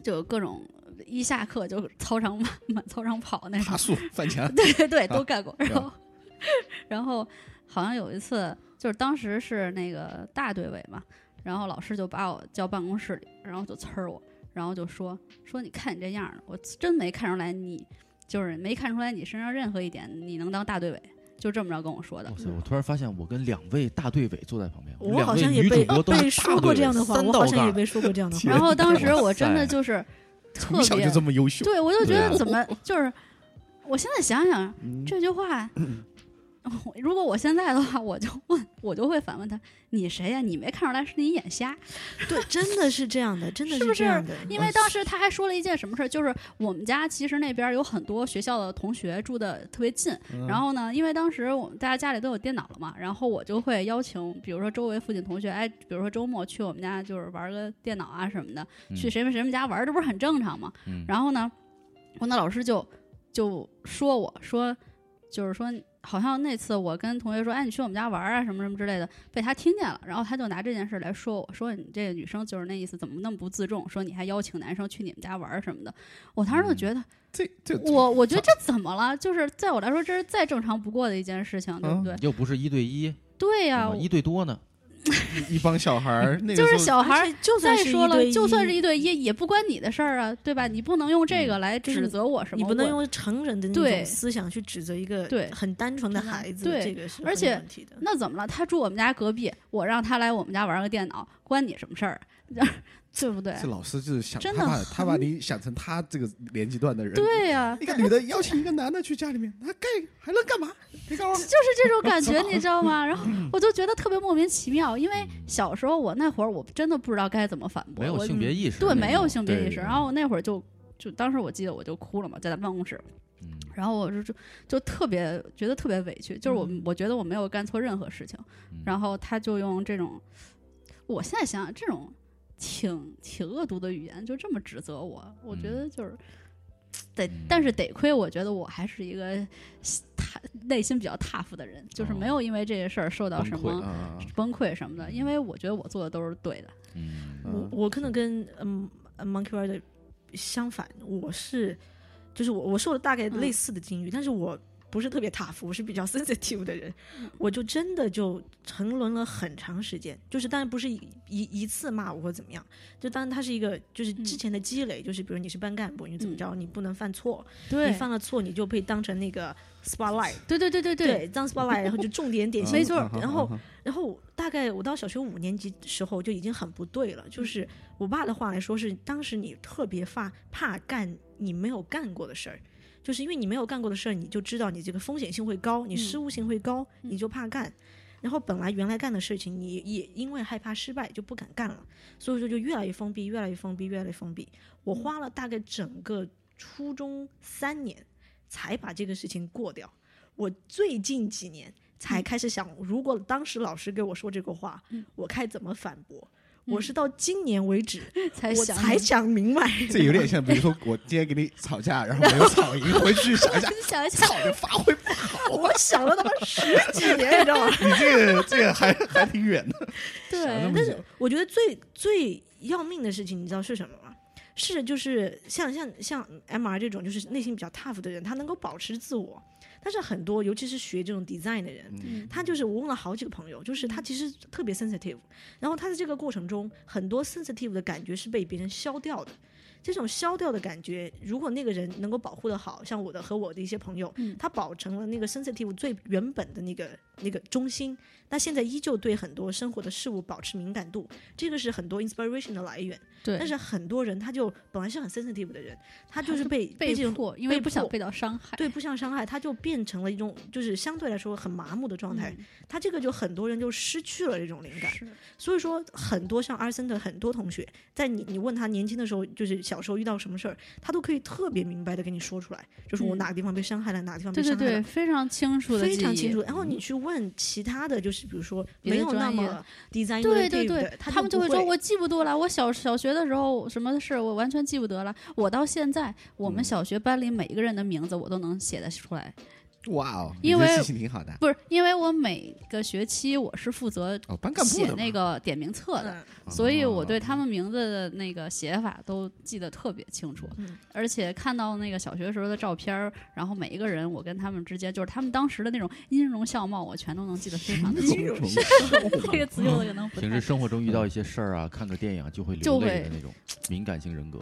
Speaker 5: 就有各种一下课就操场 <laughs> 满满操场跑那种
Speaker 6: 爬，树翻 <laughs> 墙，
Speaker 5: 对对对，都
Speaker 6: 啊
Speaker 5: 干过。然后，然后好像有一次，就是当时是那个大队委嘛，然后老师就把我叫办公室里，然后就呲儿我，然后就说说你看你这样儿，我真没看出来你就是没看出来你身上任何一点你能当大队委，就这么着跟我说的
Speaker 8: 哇。塞！我突然发现我跟两位大队委坐在旁边，们
Speaker 7: 我
Speaker 8: 两
Speaker 7: 好
Speaker 8: 位
Speaker 7: 像也
Speaker 8: 女主
Speaker 7: 被哦
Speaker 8: 播都是
Speaker 7: 被说
Speaker 8: 大
Speaker 7: 过
Speaker 8: 队
Speaker 7: 这样的
Speaker 8: 委
Speaker 7: 话，
Speaker 8: 三
Speaker 7: 我
Speaker 8: 道
Speaker 7: 好像也
Speaker 8: 杠
Speaker 7: 被说过这样的话。
Speaker 8: <laughs>
Speaker 5: 然后当时
Speaker 8: 哇
Speaker 5: 我真的
Speaker 8: 塞
Speaker 5: 就是特
Speaker 6: 从小
Speaker 5: 别
Speaker 6: 就这么优秀，
Speaker 5: 对，我就觉得
Speaker 8: 对啊
Speaker 6: <laughs>
Speaker 5: 怎么就是，我现在想想
Speaker 6: 嗯
Speaker 5: 这句话，我如果我现在的话，我就问，我就会反问他：“你谁呀、你没看出来是你眼瞎
Speaker 7: 对，真的是这样的，真的
Speaker 5: 是不
Speaker 7: 这
Speaker 5: 是
Speaker 7: 样的？”。嗯
Speaker 8: 嗯
Speaker 5: 因为当时他还说了一件什么事儿，就是我们家其实那边有很多学校的同学住的特别近，
Speaker 8: 嗯
Speaker 5: 然后呢，因为当时我们大家家里都有电脑了嘛，然后我就会邀请，比如说周围附近同学，哎，比如说周末去我们家就是玩个电脑啊什么的，去
Speaker 8: 嗯
Speaker 5: 谁们谁们家玩儿，这不是很正常吗？
Speaker 8: 嗯
Speaker 5: 然后呢，我那老师就就说我说，就是说，好像那次我跟同学说，哎，你去我们家玩儿啊，什么什么之类的，被他听见了，然后他就拿这件事来说我，说你这个女生就是那意思，怎么那么不自重？说你还邀请男生去你们家玩儿什么的，我当时就觉得，
Speaker 6: 这这
Speaker 5: 我我觉得这怎么了？就是在我来说，这是再正常不过的一件事情，对
Speaker 6: 嗯
Speaker 4: 嗯
Speaker 5: 不对？
Speaker 8: 又不是一对一，
Speaker 5: 对呀、
Speaker 8: 啊一对多呢。
Speaker 6: 一帮小孩儿，那个
Speaker 5: 就是
Speaker 6: 时候
Speaker 5: 小孩
Speaker 7: 而
Speaker 5: 儿
Speaker 7: 且就
Speaker 5: 再
Speaker 7: 算是
Speaker 5: 说
Speaker 7: 一
Speaker 5: 了，
Speaker 7: 对
Speaker 5: 就
Speaker 7: 一
Speaker 5: 算是一对一，也不关你的事儿啊，对吧？你不能用这个来
Speaker 7: 就是
Speaker 5: 指责我什么，
Speaker 7: 你不能
Speaker 5: 我
Speaker 7: 用成人的那
Speaker 5: 对
Speaker 7: 种思想去指责一个
Speaker 5: 对
Speaker 7: 很单纯的
Speaker 5: 真的
Speaker 7: 孩子，
Speaker 5: 对
Speaker 7: 这个是
Speaker 5: 而
Speaker 7: 很
Speaker 5: 且
Speaker 7: 有问题的。
Speaker 5: 那怎么了？他住我们家隔壁，我让他来我们家玩个电脑，关你什么事儿？啊 <laughs> 对不对
Speaker 6: 这？老师就是想
Speaker 5: 真
Speaker 6: 他
Speaker 5: 的
Speaker 6: 把他把你想成他这个年纪段的人，，
Speaker 5: 对呀、
Speaker 6: 一个女的邀请一个男的去家里面，他干还能干嘛？
Speaker 5: <laughs>
Speaker 6: 你告诉我，
Speaker 5: 就是这种感觉，你知道吗？然后 <laughs> 我就觉得特别莫名其妙，因为小时候我那会儿我真的不知道该怎么反驳，
Speaker 4: 没有
Speaker 5: 我
Speaker 4: 性别意
Speaker 7: 嗯
Speaker 4: 识那
Speaker 5: 对，
Speaker 4: 种，
Speaker 5: 没有性别意识。
Speaker 4: 对
Speaker 5: 然后我那会儿就就当时我记得我就哭了嘛，在咱办公室，
Speaker 4: 嗯
Speaker 5: 然后我就就就特别觉得特别委屈，就是我、
Speaker 7: 嗯
Speaker 5: 我觉得我没有干错任何事情，
Speaker 4: 嗯
Speaker 5: 然后他就用这种，我现在想想这种挺挺恶毒的语言就这么指责我，我觉得就是。得，但是得亏，我觉得我还是一个踏内心比较 tough 的人，就是没有因为这些事儿受到
Speaker 4: 崩
Speaker 5: 什
Speaker 4: 溃
Speaker 5: 么
Speaker 6: 啊，
Speaker 5: 崩溃什么的，因为我觉得我做的都是对的。
Speaker 4: 嗯
Speaker 7: 我我可能跟嗯呃 Monkey Rider 相反，我是就是我我受了大概
Speaker 5: 嗯
Speaker 7: 类似的境遇，但是我不是特别 tough，我是比较 <laughs> sensitive 的人，
Speaker 5: 嗯
Speaker 7: 我就真的就沉沦了很长时间，就是当然不是一一一次骂我或怎么样，就当然它是一个就是之
Speaker 5: 嗯
Speaker 7: 前的积累，就是比如你是班干部，你怎么着，你不能犯错，
Speaker 5: 对
Speaker 7: 你犯了错你就被当成那个 spotlight，
Speaker 5: 对对对对对，
Speaker 7: 对，当 spotlight，然后就重点点
Speaker 6: 啊
Speaker 7: 心，
Speaker 5: 没错
Speaker 6: 啊啊
Speaker 7: 然后
Speaker 6: 啊
Speaker 7: 然后大概我到小学五年级时候就已经很不对了，就是我爸的话来说是，当时你特别怕怕干你没有干过的事儿，就是因为你没有干过的事儿，你就知道你这个风险性会高，你失误性会高，你就怕干。然后本来原来干的事情，你也因为害怕失败就不敢干了，所以说就越来越封闭，越来越封闭，越来越封闭。我花了大概整个初中三年才把这个事情过掉。我最近几年才开始想，如果当时老师给我说这个话，我该怎么反驳？我是到今年为 <laughs> 止，
Speaker 5: 才
Speaker 7: 我
Speaker 5: 想
Speaker 7: 才嗯想明白。
Speaker 6: 这有点像，比如说我今天跟你吵架，然后没有吵赢，回去想一
Speaker 5: <laughs>
Speaker 6: 下，
Speaker 5: 想一想
Speaker 6: 操，这发挥不好，
Speaker 7: 我想了他妈十几年，你知道吗？ <laughs>
Speaker 6: 你这个这个还还挺远的。
Speaker 5: 对，
Speaker 7: 但是我觉得 <laughs> 最最要命的事情，你知道是什么吗？是就是像像像 M R 这种就是内心比较 tough 的人，他能够保持自我。但是很多，尤其是学这种 design 的
Speaker 5: 嗯
Speaker 7: 人， <laughs> 他就是我问了好几个朋友，就是他其实特别 sensitive，然后他在这个过程中，很多 sensitive 的感觉是被别人消掉的。这种消掉的感觉，如果那个人能够保护的好，像我的和我的一些朋友，
Speaker 5: 嗯
Speaker 7: 他保成了那个 sensitive 最原本的那个那个中心，但现在依旧对很多生活的事物保持敏感度，这个是很多 inspiration 的来源。
Speaker 5: 对，
Speaker 7: 但是很多人他就本来是很 sensitive 的人，
Speaker 5: <laughs>
Speaker 7: 他就是被
Speaker 5: 被
Speaker 7: 这种
Speaker 5: 迫，因为
Speaker 7: 被
Speaker 5: 不想
Speaker 7: 迫
Speaker 5: 被到伤害。
Speaker 7: 对，不想伤害，他就变成了一种就是相对来说很麻木的状
Speaker 5: 嗯
Speaker 7: 态。他这个就很多人就失去了这种灵感。
Speaker 5: 是，
Speaker 7: 所以说，很多像阿森的很多同学，在你你问他年轻的时候，就是小时候遇到什么事儿，他都可以特别明白的跟你说出来，就是我
Speaker 5: 嗯
Speaker 7: 哪个地方被伤害了，哪个地方被
Speaker 5: 对对
Speaker 7: 伤害了。
Speaker 5: 对，非常清楚的，
Speaker 7: 非常清楚，。然后你去问其他的就是，比如说
Speaker 5: 嗯别
Speaker 7: 没
Speaker 5: 的
Speaker 7: 有那
Speaker 5: 专业
Speaker 7: 么 design
Speaker 5: 对
Speaker 7: native
Speaker 5: 对
Speaker 7: 的，，
Speaker 5: 他们
Speaker 7: 就
Speaker 5: 就会
Speaker 7: 不
Speaker 5: 说：“我记不住了，我小小学的时候什么事我完全记不得了。我到现在，我
Speaker 7: 嗯
Speaker 5: 们小学班里每一个人的名字我都能写得出来，
Speaker 6: 哇哦，
Speaker 5: 因为
Speaker 6: 你这记性挺好的
Speaker 5: 不是因为我每个学期我是负责
Speaker 6: 哦，班干部
Speaker 5: 写
Speaker 6: 的嘛
Speaker 5: 那个点名册的，
Speaker 7: 嗯
Speaker 5: 所以我对他们名字的那个写法都记得特别清楚，
Speaker 7: 嗯
Speaker 5: 而且看到那个小学时候的照片儿，然后每一个人我跟他们之间就是他们当时的那种音容笑貌，我全都能记得非常的清楚。这个词用的可能不
Speaker 4: 平
Speaker 5: 太
Speaker 4: 时。生活中遇到一些事儿啊，看个电影啊就会
Speaker 5: 就
Speaker 4: 流泪的
Speaker 5: 会
Speaker 4: 那种敏感性
Speaker 7: <laughs>
Speaker 4: 人格。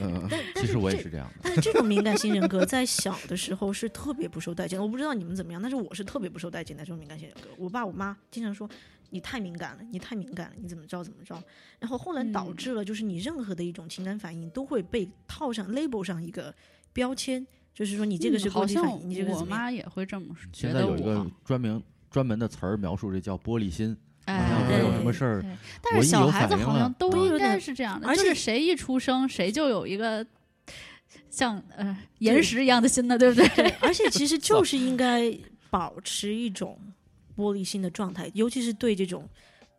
Speaker 6: 嗯，
Speaker 7: 但但
Speaker 4: 其
Speaker 7: 是
Speaker 4: 实我也
Speaker 7: 这
Speaker 4: 是这样的，
Speaker 7: 但是这种敏感型人格在小的时候是特别不受待见的，我不知道你们怎么样，但是我是特别不受待见的这种敏感型人格。我爸我妈经常说你太敏感了，你太敏感了，你怎么着怎么着。然后后来
Speaker 5: 嗯
Speaker 7: 导致了就是你任何的一种情感反应都会被套上 label 上一个标签，就是说你这个是
Speaker 5: 嗯好
Speaker 7: 过激反
Speaker 5: 像
Speaker 7: 应，你这个是
Speaker 5: 我
Speaker 7: 怎么样？
Speaker 5: 妈也会这么觉
Speaker 4: 嗯现在
Speaker 5: 得
Speaker 4: 有一个
Speaker 5: 我。
Speaker 4: 专门专门的词儿描述这叫玻璃心，好像我
Speaker 5: 哎，
Speaker 4: 有什么事儿，
Speaker 5: 但
Speaker 4: 我
Speaker 5: 是
Speaker 4: 一
Speaker 5: 小
Speaker 4: 有
Speaker 5: 孩
Speaker 4: 反
Speaker 5: 子
Speaker 4: 应
Speaker 5: 好像
Speaker 4: 了嗯
Speaker 5: 都
Speaker 7: 对
Speaker 5: 应该是这样的，
Speaker 7: 而
Speaker 5: 就是
Speaker 7: 且
Speaker 5: 谁一出生谁就有一个像呃岩石一样的心的，对不对？ <laughs>
Speaker 7: 对，而且其实就是应该保持一种玻璃心的状态，尤其是对这种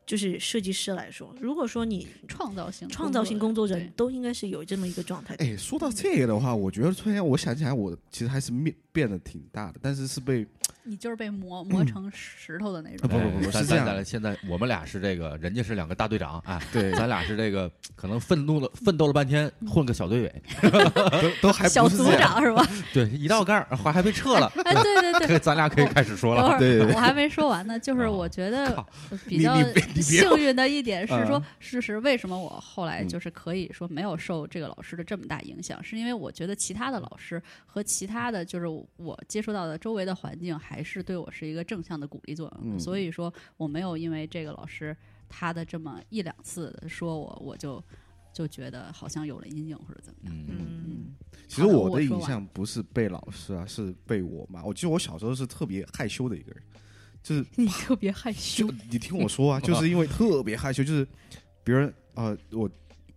Speaker 7: 就是设计师来说，如果说你
Speaker 5: 创造性
Speaker 7: 创造性工作人
Speaker 5: 对
Speaker 7: 都应该是有这么一个状态的。
Speaker 6: 哎，说到这个的话，我觉得突然间我想起来，我其实还是变变得挺大的，但是是被
Speaker 5: 你就是被
Speaker 6: <clears throat>
Speaker 5: 磨磨成石头的那
Speaker 6: 不
Speaker 5: 种。
Speaker 6: 不
Speaker 4: 哎
Speaker 6: 不不
Speaker 4: 咱
Speaker 6: 是这样
Speaker 4: 咱俩现在我们俩是这个，人家是两个大队长啊，哎
Speaker 6: 对
Speaker 4: 咱俩是这个，可能奋怒了奋斗了半天，
Speaker 7: 嗯
Speaker 4: 混个小队尾，
Speaker 6: 都都还
Speaker 5: 小
Speaker 6: 不是
Speaker 5: 组
Speaker 6: 这样，
Speaker 5: 长是
Speaker 6: <laughs>
Speaker 5: 吧？
Speaker 4: 对，一道杠儿还还被撤了，
Speaker 5: 哎，对对对，
Speaker 4: <laughs>
Speaker 5: 哦
Speaker 4: 这咱俩可以开始说
Speaker 5: 等
Speaker 4: 了。
Speaker 5: 会儿
Speaker 6: 对对对
Speaker 5: 我还没说完呢，就是
Speaker 4: 啊
Speaker 5: 我觉得呃
Speaker 4: 靠
Speaker 6: <laughs>
Speaker 5: 比较
Speaker 6: 你你别你别
Speaker 5: 幸运的一点是说
Speaker 6: 啊，
Speaker 5: 事实为什么我后
Speaker 6: 嗯
Speaker 5: 来就是可以说没有受这个老师的这么大影响，是因为我觉得其他的老师和其他的就是我接触到的周围的环境还是对我是一个正向的鼓励作用的，
Speaker 6: 嗯
Speaker 5: 所以说我没有因为这个老师他的这么一两次的说我我就。就觉得好像有了阴影或者怎么样。
Speaker 4: 嗯，
Speaker 7: 嗯，
Speaker 6: 其实我
Speaker 5: 我
Speaker 6: 的
Speaker 5: 说
Speaker 6: 影
Speaker 5: 完
Speaker 6: 像不是被老师啊，是被我妈。我记得我小时候是特别害羞的一个人，就是
Speaker 5: 你特别害羞
Speaker 6: 就，你听
Speaker 5: <laughs>
Speaker 6: 我说啊，就是因为特别害羞，就是别人呃，我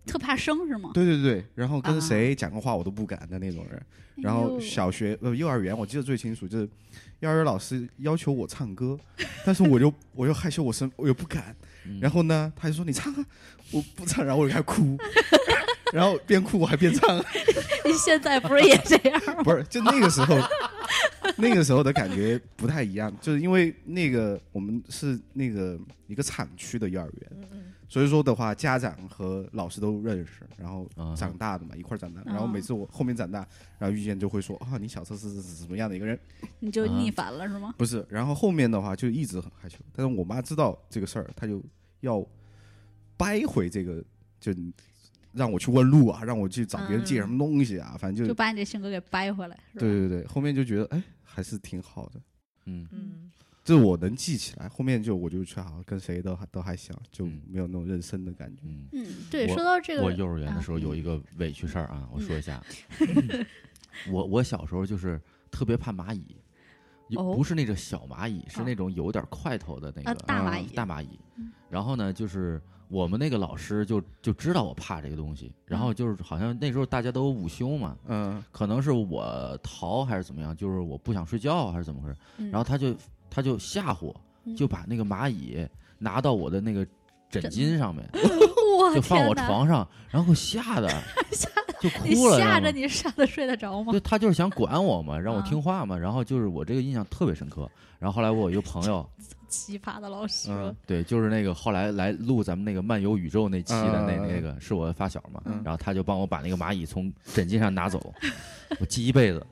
Speaker 5: 特怕生是吗？
Speaker 6: 对对对，然后跟
Speaker 5: 啊哎
Speaker 6: 谁讲个话我都不敢的那种人。然后小学呃幼儿园，我记得最清楚，就是幼儿园老师要求我唱歌，但是我就我又害羞，我生我又不敢。
Speaker 5: 嗯
Speaker 6: 然后呢，他就说你唱啊，我不唱，然后我就开始
Speaker 5: <laughs>
Speaker 6: 哭，然后边哭我还边唱，
Speaker 5: 你 <laughs> 现在不是也这样吗？
Speaker 6: <laughs> 不是就那个时候，那个时候的感觉不太一样，就是因为那个我们是那个一个厂区的幼儿园，所以说的话，家长和老师都认识，然后
Speaker 4: 啊
Speaker 6: 长大的嘛，一块儿长大，然后
Speaker 5: 啊
Speaker 6: 每次我后面长大，然后遇见就会说啊，你小时候是是是什么样的一个人？
Speaker 5: <laughs> 你就
Speaker 4: 啊
Speaker 5: 逆反了是吗？
Speaker 6: 不是，然后后面的话就一直很害羞，但是我妈知道这个事儿，她就要掰回这个，就让我去问路啊，让我去找别人借什么东西啊，反正
Speaker 5: 就
Speaker 6: 就
Speaker 5: 把你这性格给掰回来，是吧？
Speaker 6: 对对对，后面就觉得哎还是挺好的，
Speaker 7: 嗯，
Speaker 6: 这我能记起来，后面就我就去好像跟谁都还都还行，就
Speaker 4: 嗯
Speaker 6: 没有那种认生的感觉。
Speaker 4: 嗯，
Speaker 5: 嗯，对，
Speaker 4: 我
Speaker 5: 说到这个，
Speaker 4: 我幼儿园的时候
Speaker 5: 啊嗯
Speaker 4: 有一个委屈事儿啊，我说一下， <laughs> 我我小时候就是特别怕蚂蚁，有
Speaker 5: 哦
Speaker 4: 不是那种小蚂蚁，是
Speaker 5: 哦
Speaker 4: 那种有点块头的那
Speaker 5: 啊
Speaker 4: 个
Speaker 5: 大蚂
Speaker 4: 啊
Speaker 5: 蚁嗯
Speaker 4: 大蚂蚁。然后呢，就是我们那个老师就就知道我怕这个东西，然
Speaker 5: 嗯
Speaker 4: 后就是好像那时候大家都午休嘛，
Speaker 6: 嗯，
Speaker 4: 可能是我逃还是怎么样，就是我不想睡觉啊还是怎么回事，
Speaker 5: 嗯
Speaker 4: 然后他就他就吓唬我，就把那个蚂蚁拿到我的那个枕
Speaker 5: 枕
Speaker 4: 巾上面，
Speaker 5: <laughs> 我
Speaker 4: 就放
Speaker 5: 天
Speaker 4: 我
Speaker 5: 哪，
Speaker 4: 床上，然后给我吓得
Speaker 5: <laughs> 吓
Speaker 4: 就
Speaker 5: 你
Speaker 4: 哭了，
Speaker 5: 吓
Speaker 4: 知道
Speaker 5: 着
Speaker 4: 吗
Speaker 5: 你吓得睡得着吗
Speaker 4: 就？他就是想管我嘛，让我
Speaker 5: 啊
Speaker 4: 听话嘛，然后就是我这个印象特别深刻。然后后来我有一个朋
Speaker 5: <laughs>
Speaker 4: 友，
Speaker 5: 奇葩的老师，
Speaker 6: 嗯
Speaker 4: 对，就是那个后来来录咱们那个漫游宇宙那期的那
Speaker 6: 啊啊啊
Speaker 4: 那个是我发小嘛
Speaker 6: 嗯，
Speaker 4: 然后他就帮我把那个蚂蚁从枕巾上拿
Speaker 5: <laughs>
Speaker 4: 走，我记一辈子。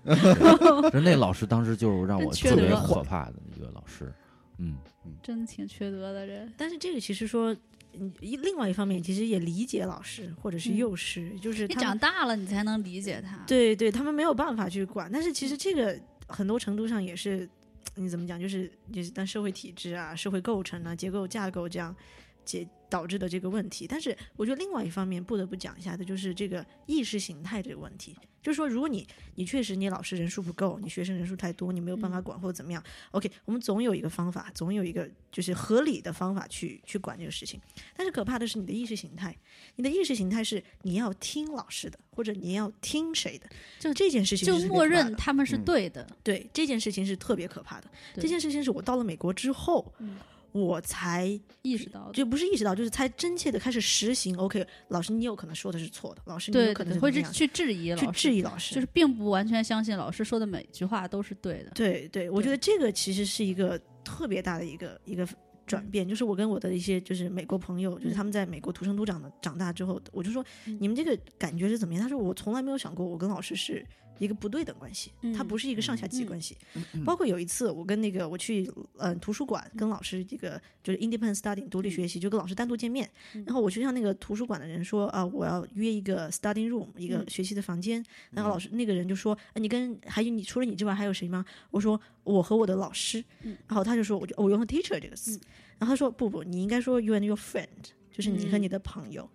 Speaker 4: 就那老师当时就是让
Speaker 5: 真
Speaker 4: 我
Speaker 5: 缺
Speaker 4: 特别
Speaker 5: 德
Speaker 4: 可怕的一个老师，嗯，
Speaker 5: 真挺缺德的人。
Speaker 7: 但是这个其实说。嗯一另外一方面，其实也理解老师或者是
Speaker 5: 嗯
Speaker 7: 幼师，就是
Speaker 5: 你
Speaker 7: 他们
Speaker 5: 长大了，你才能理解他。
Speaker 7: 对对，他们没有办法去管。但是其实这个很多程度上也是，你怎么讲，就是就是但社会体制啊、社会构成啊、结构架构这样结导致的这个问题。但是我觉得另外一方面不得不讲一下的就是这个意识形态这个问题。就是说，如果你你确实你老师人数不够，你学生人数太多，你没有办法管或者怎么样，OK，我们总有一个方法，总有一个就是合理的方法去去管这个事情。但是可怕的是你的意识形态，你的意识形态是你要听老师的，或者你要听谁的，
Speaker 5: 就
Speaker 7: 这件事情
Speaker 5: 就是
Speaker 7: 特别
Speaker 5: 默
Speaker 7: 可怕
Speaker 5: 认
Speaker 7: 的
Speaker 5: 他们是
Speaker 6: 嗯
Speaker 5: 对的，
Speaker 7: 对这件事情是特别可怕的。
Speaker 5: 对
Speaker 7: 这件事情是我到了美国之后，
Speaker 5: 嗯
Speaker 7: 我才
Speaker 5: 意识到的。
Speaker 7: 就不是意识到，就是才真切的开始实行。OK，老师你有可能说的是错的，老师你
Speaker 5: 对
Speaker 7: 有可
Speaker 5: 对
Speaker 7: 能是
Speaker 5: 对，会
Speaker 7: 怎
Speaker 5: 去
Speaker 7: 么样
Speaker 5: 去质
Speaker 7: 去
Speaker 5: 疑老师，
Speaker 7: 质疑老师，
Speaker 5: 就是并不完全相信老师说的每句话都是对的。
Speaker 7: 对对，我觉
Speaker 5: 对
Speaker 7: 得这个其实是一个特别大的一个一个转
Speaker 5: 嗯
Speaker 7: 变，就是我跟我的一些就是美国朋友，就是他们在美国土生土长的长大之后，我就说
Speaker 5: 嗯
Speaker 7: 你们这个感觉是怎么样？他说我从来没有想过我跟老师是一个不对等关系，他
Speaker 5: 嗯
Speaker 7: 不是一个上下级
Speaker 5: 嗯
Speaker 7: 关系。包括有一次我跟那个我去呃图书馆跟老师这个就是 independent studying
Speaker 5: 嗯
Speaker 7: 独立学习，就跟老师单独见面，然后我去向那个图书馆的人说啊、我要约一个 studying room 一个
Speaker 5: 嗯
Speaker 7: 学习的房间，然后老师那个人就说，呃你跟还有你除了你之外还有谁吗？我说我和我的老师，
Speaker 5: 嗯
Speaker 7: 然后他就说我就我用了 teacher 这个词，然后他说不不，你应该说 you and your friend，就是你和
Speaker 5: 嗯
Speaker 7: 你的朋友，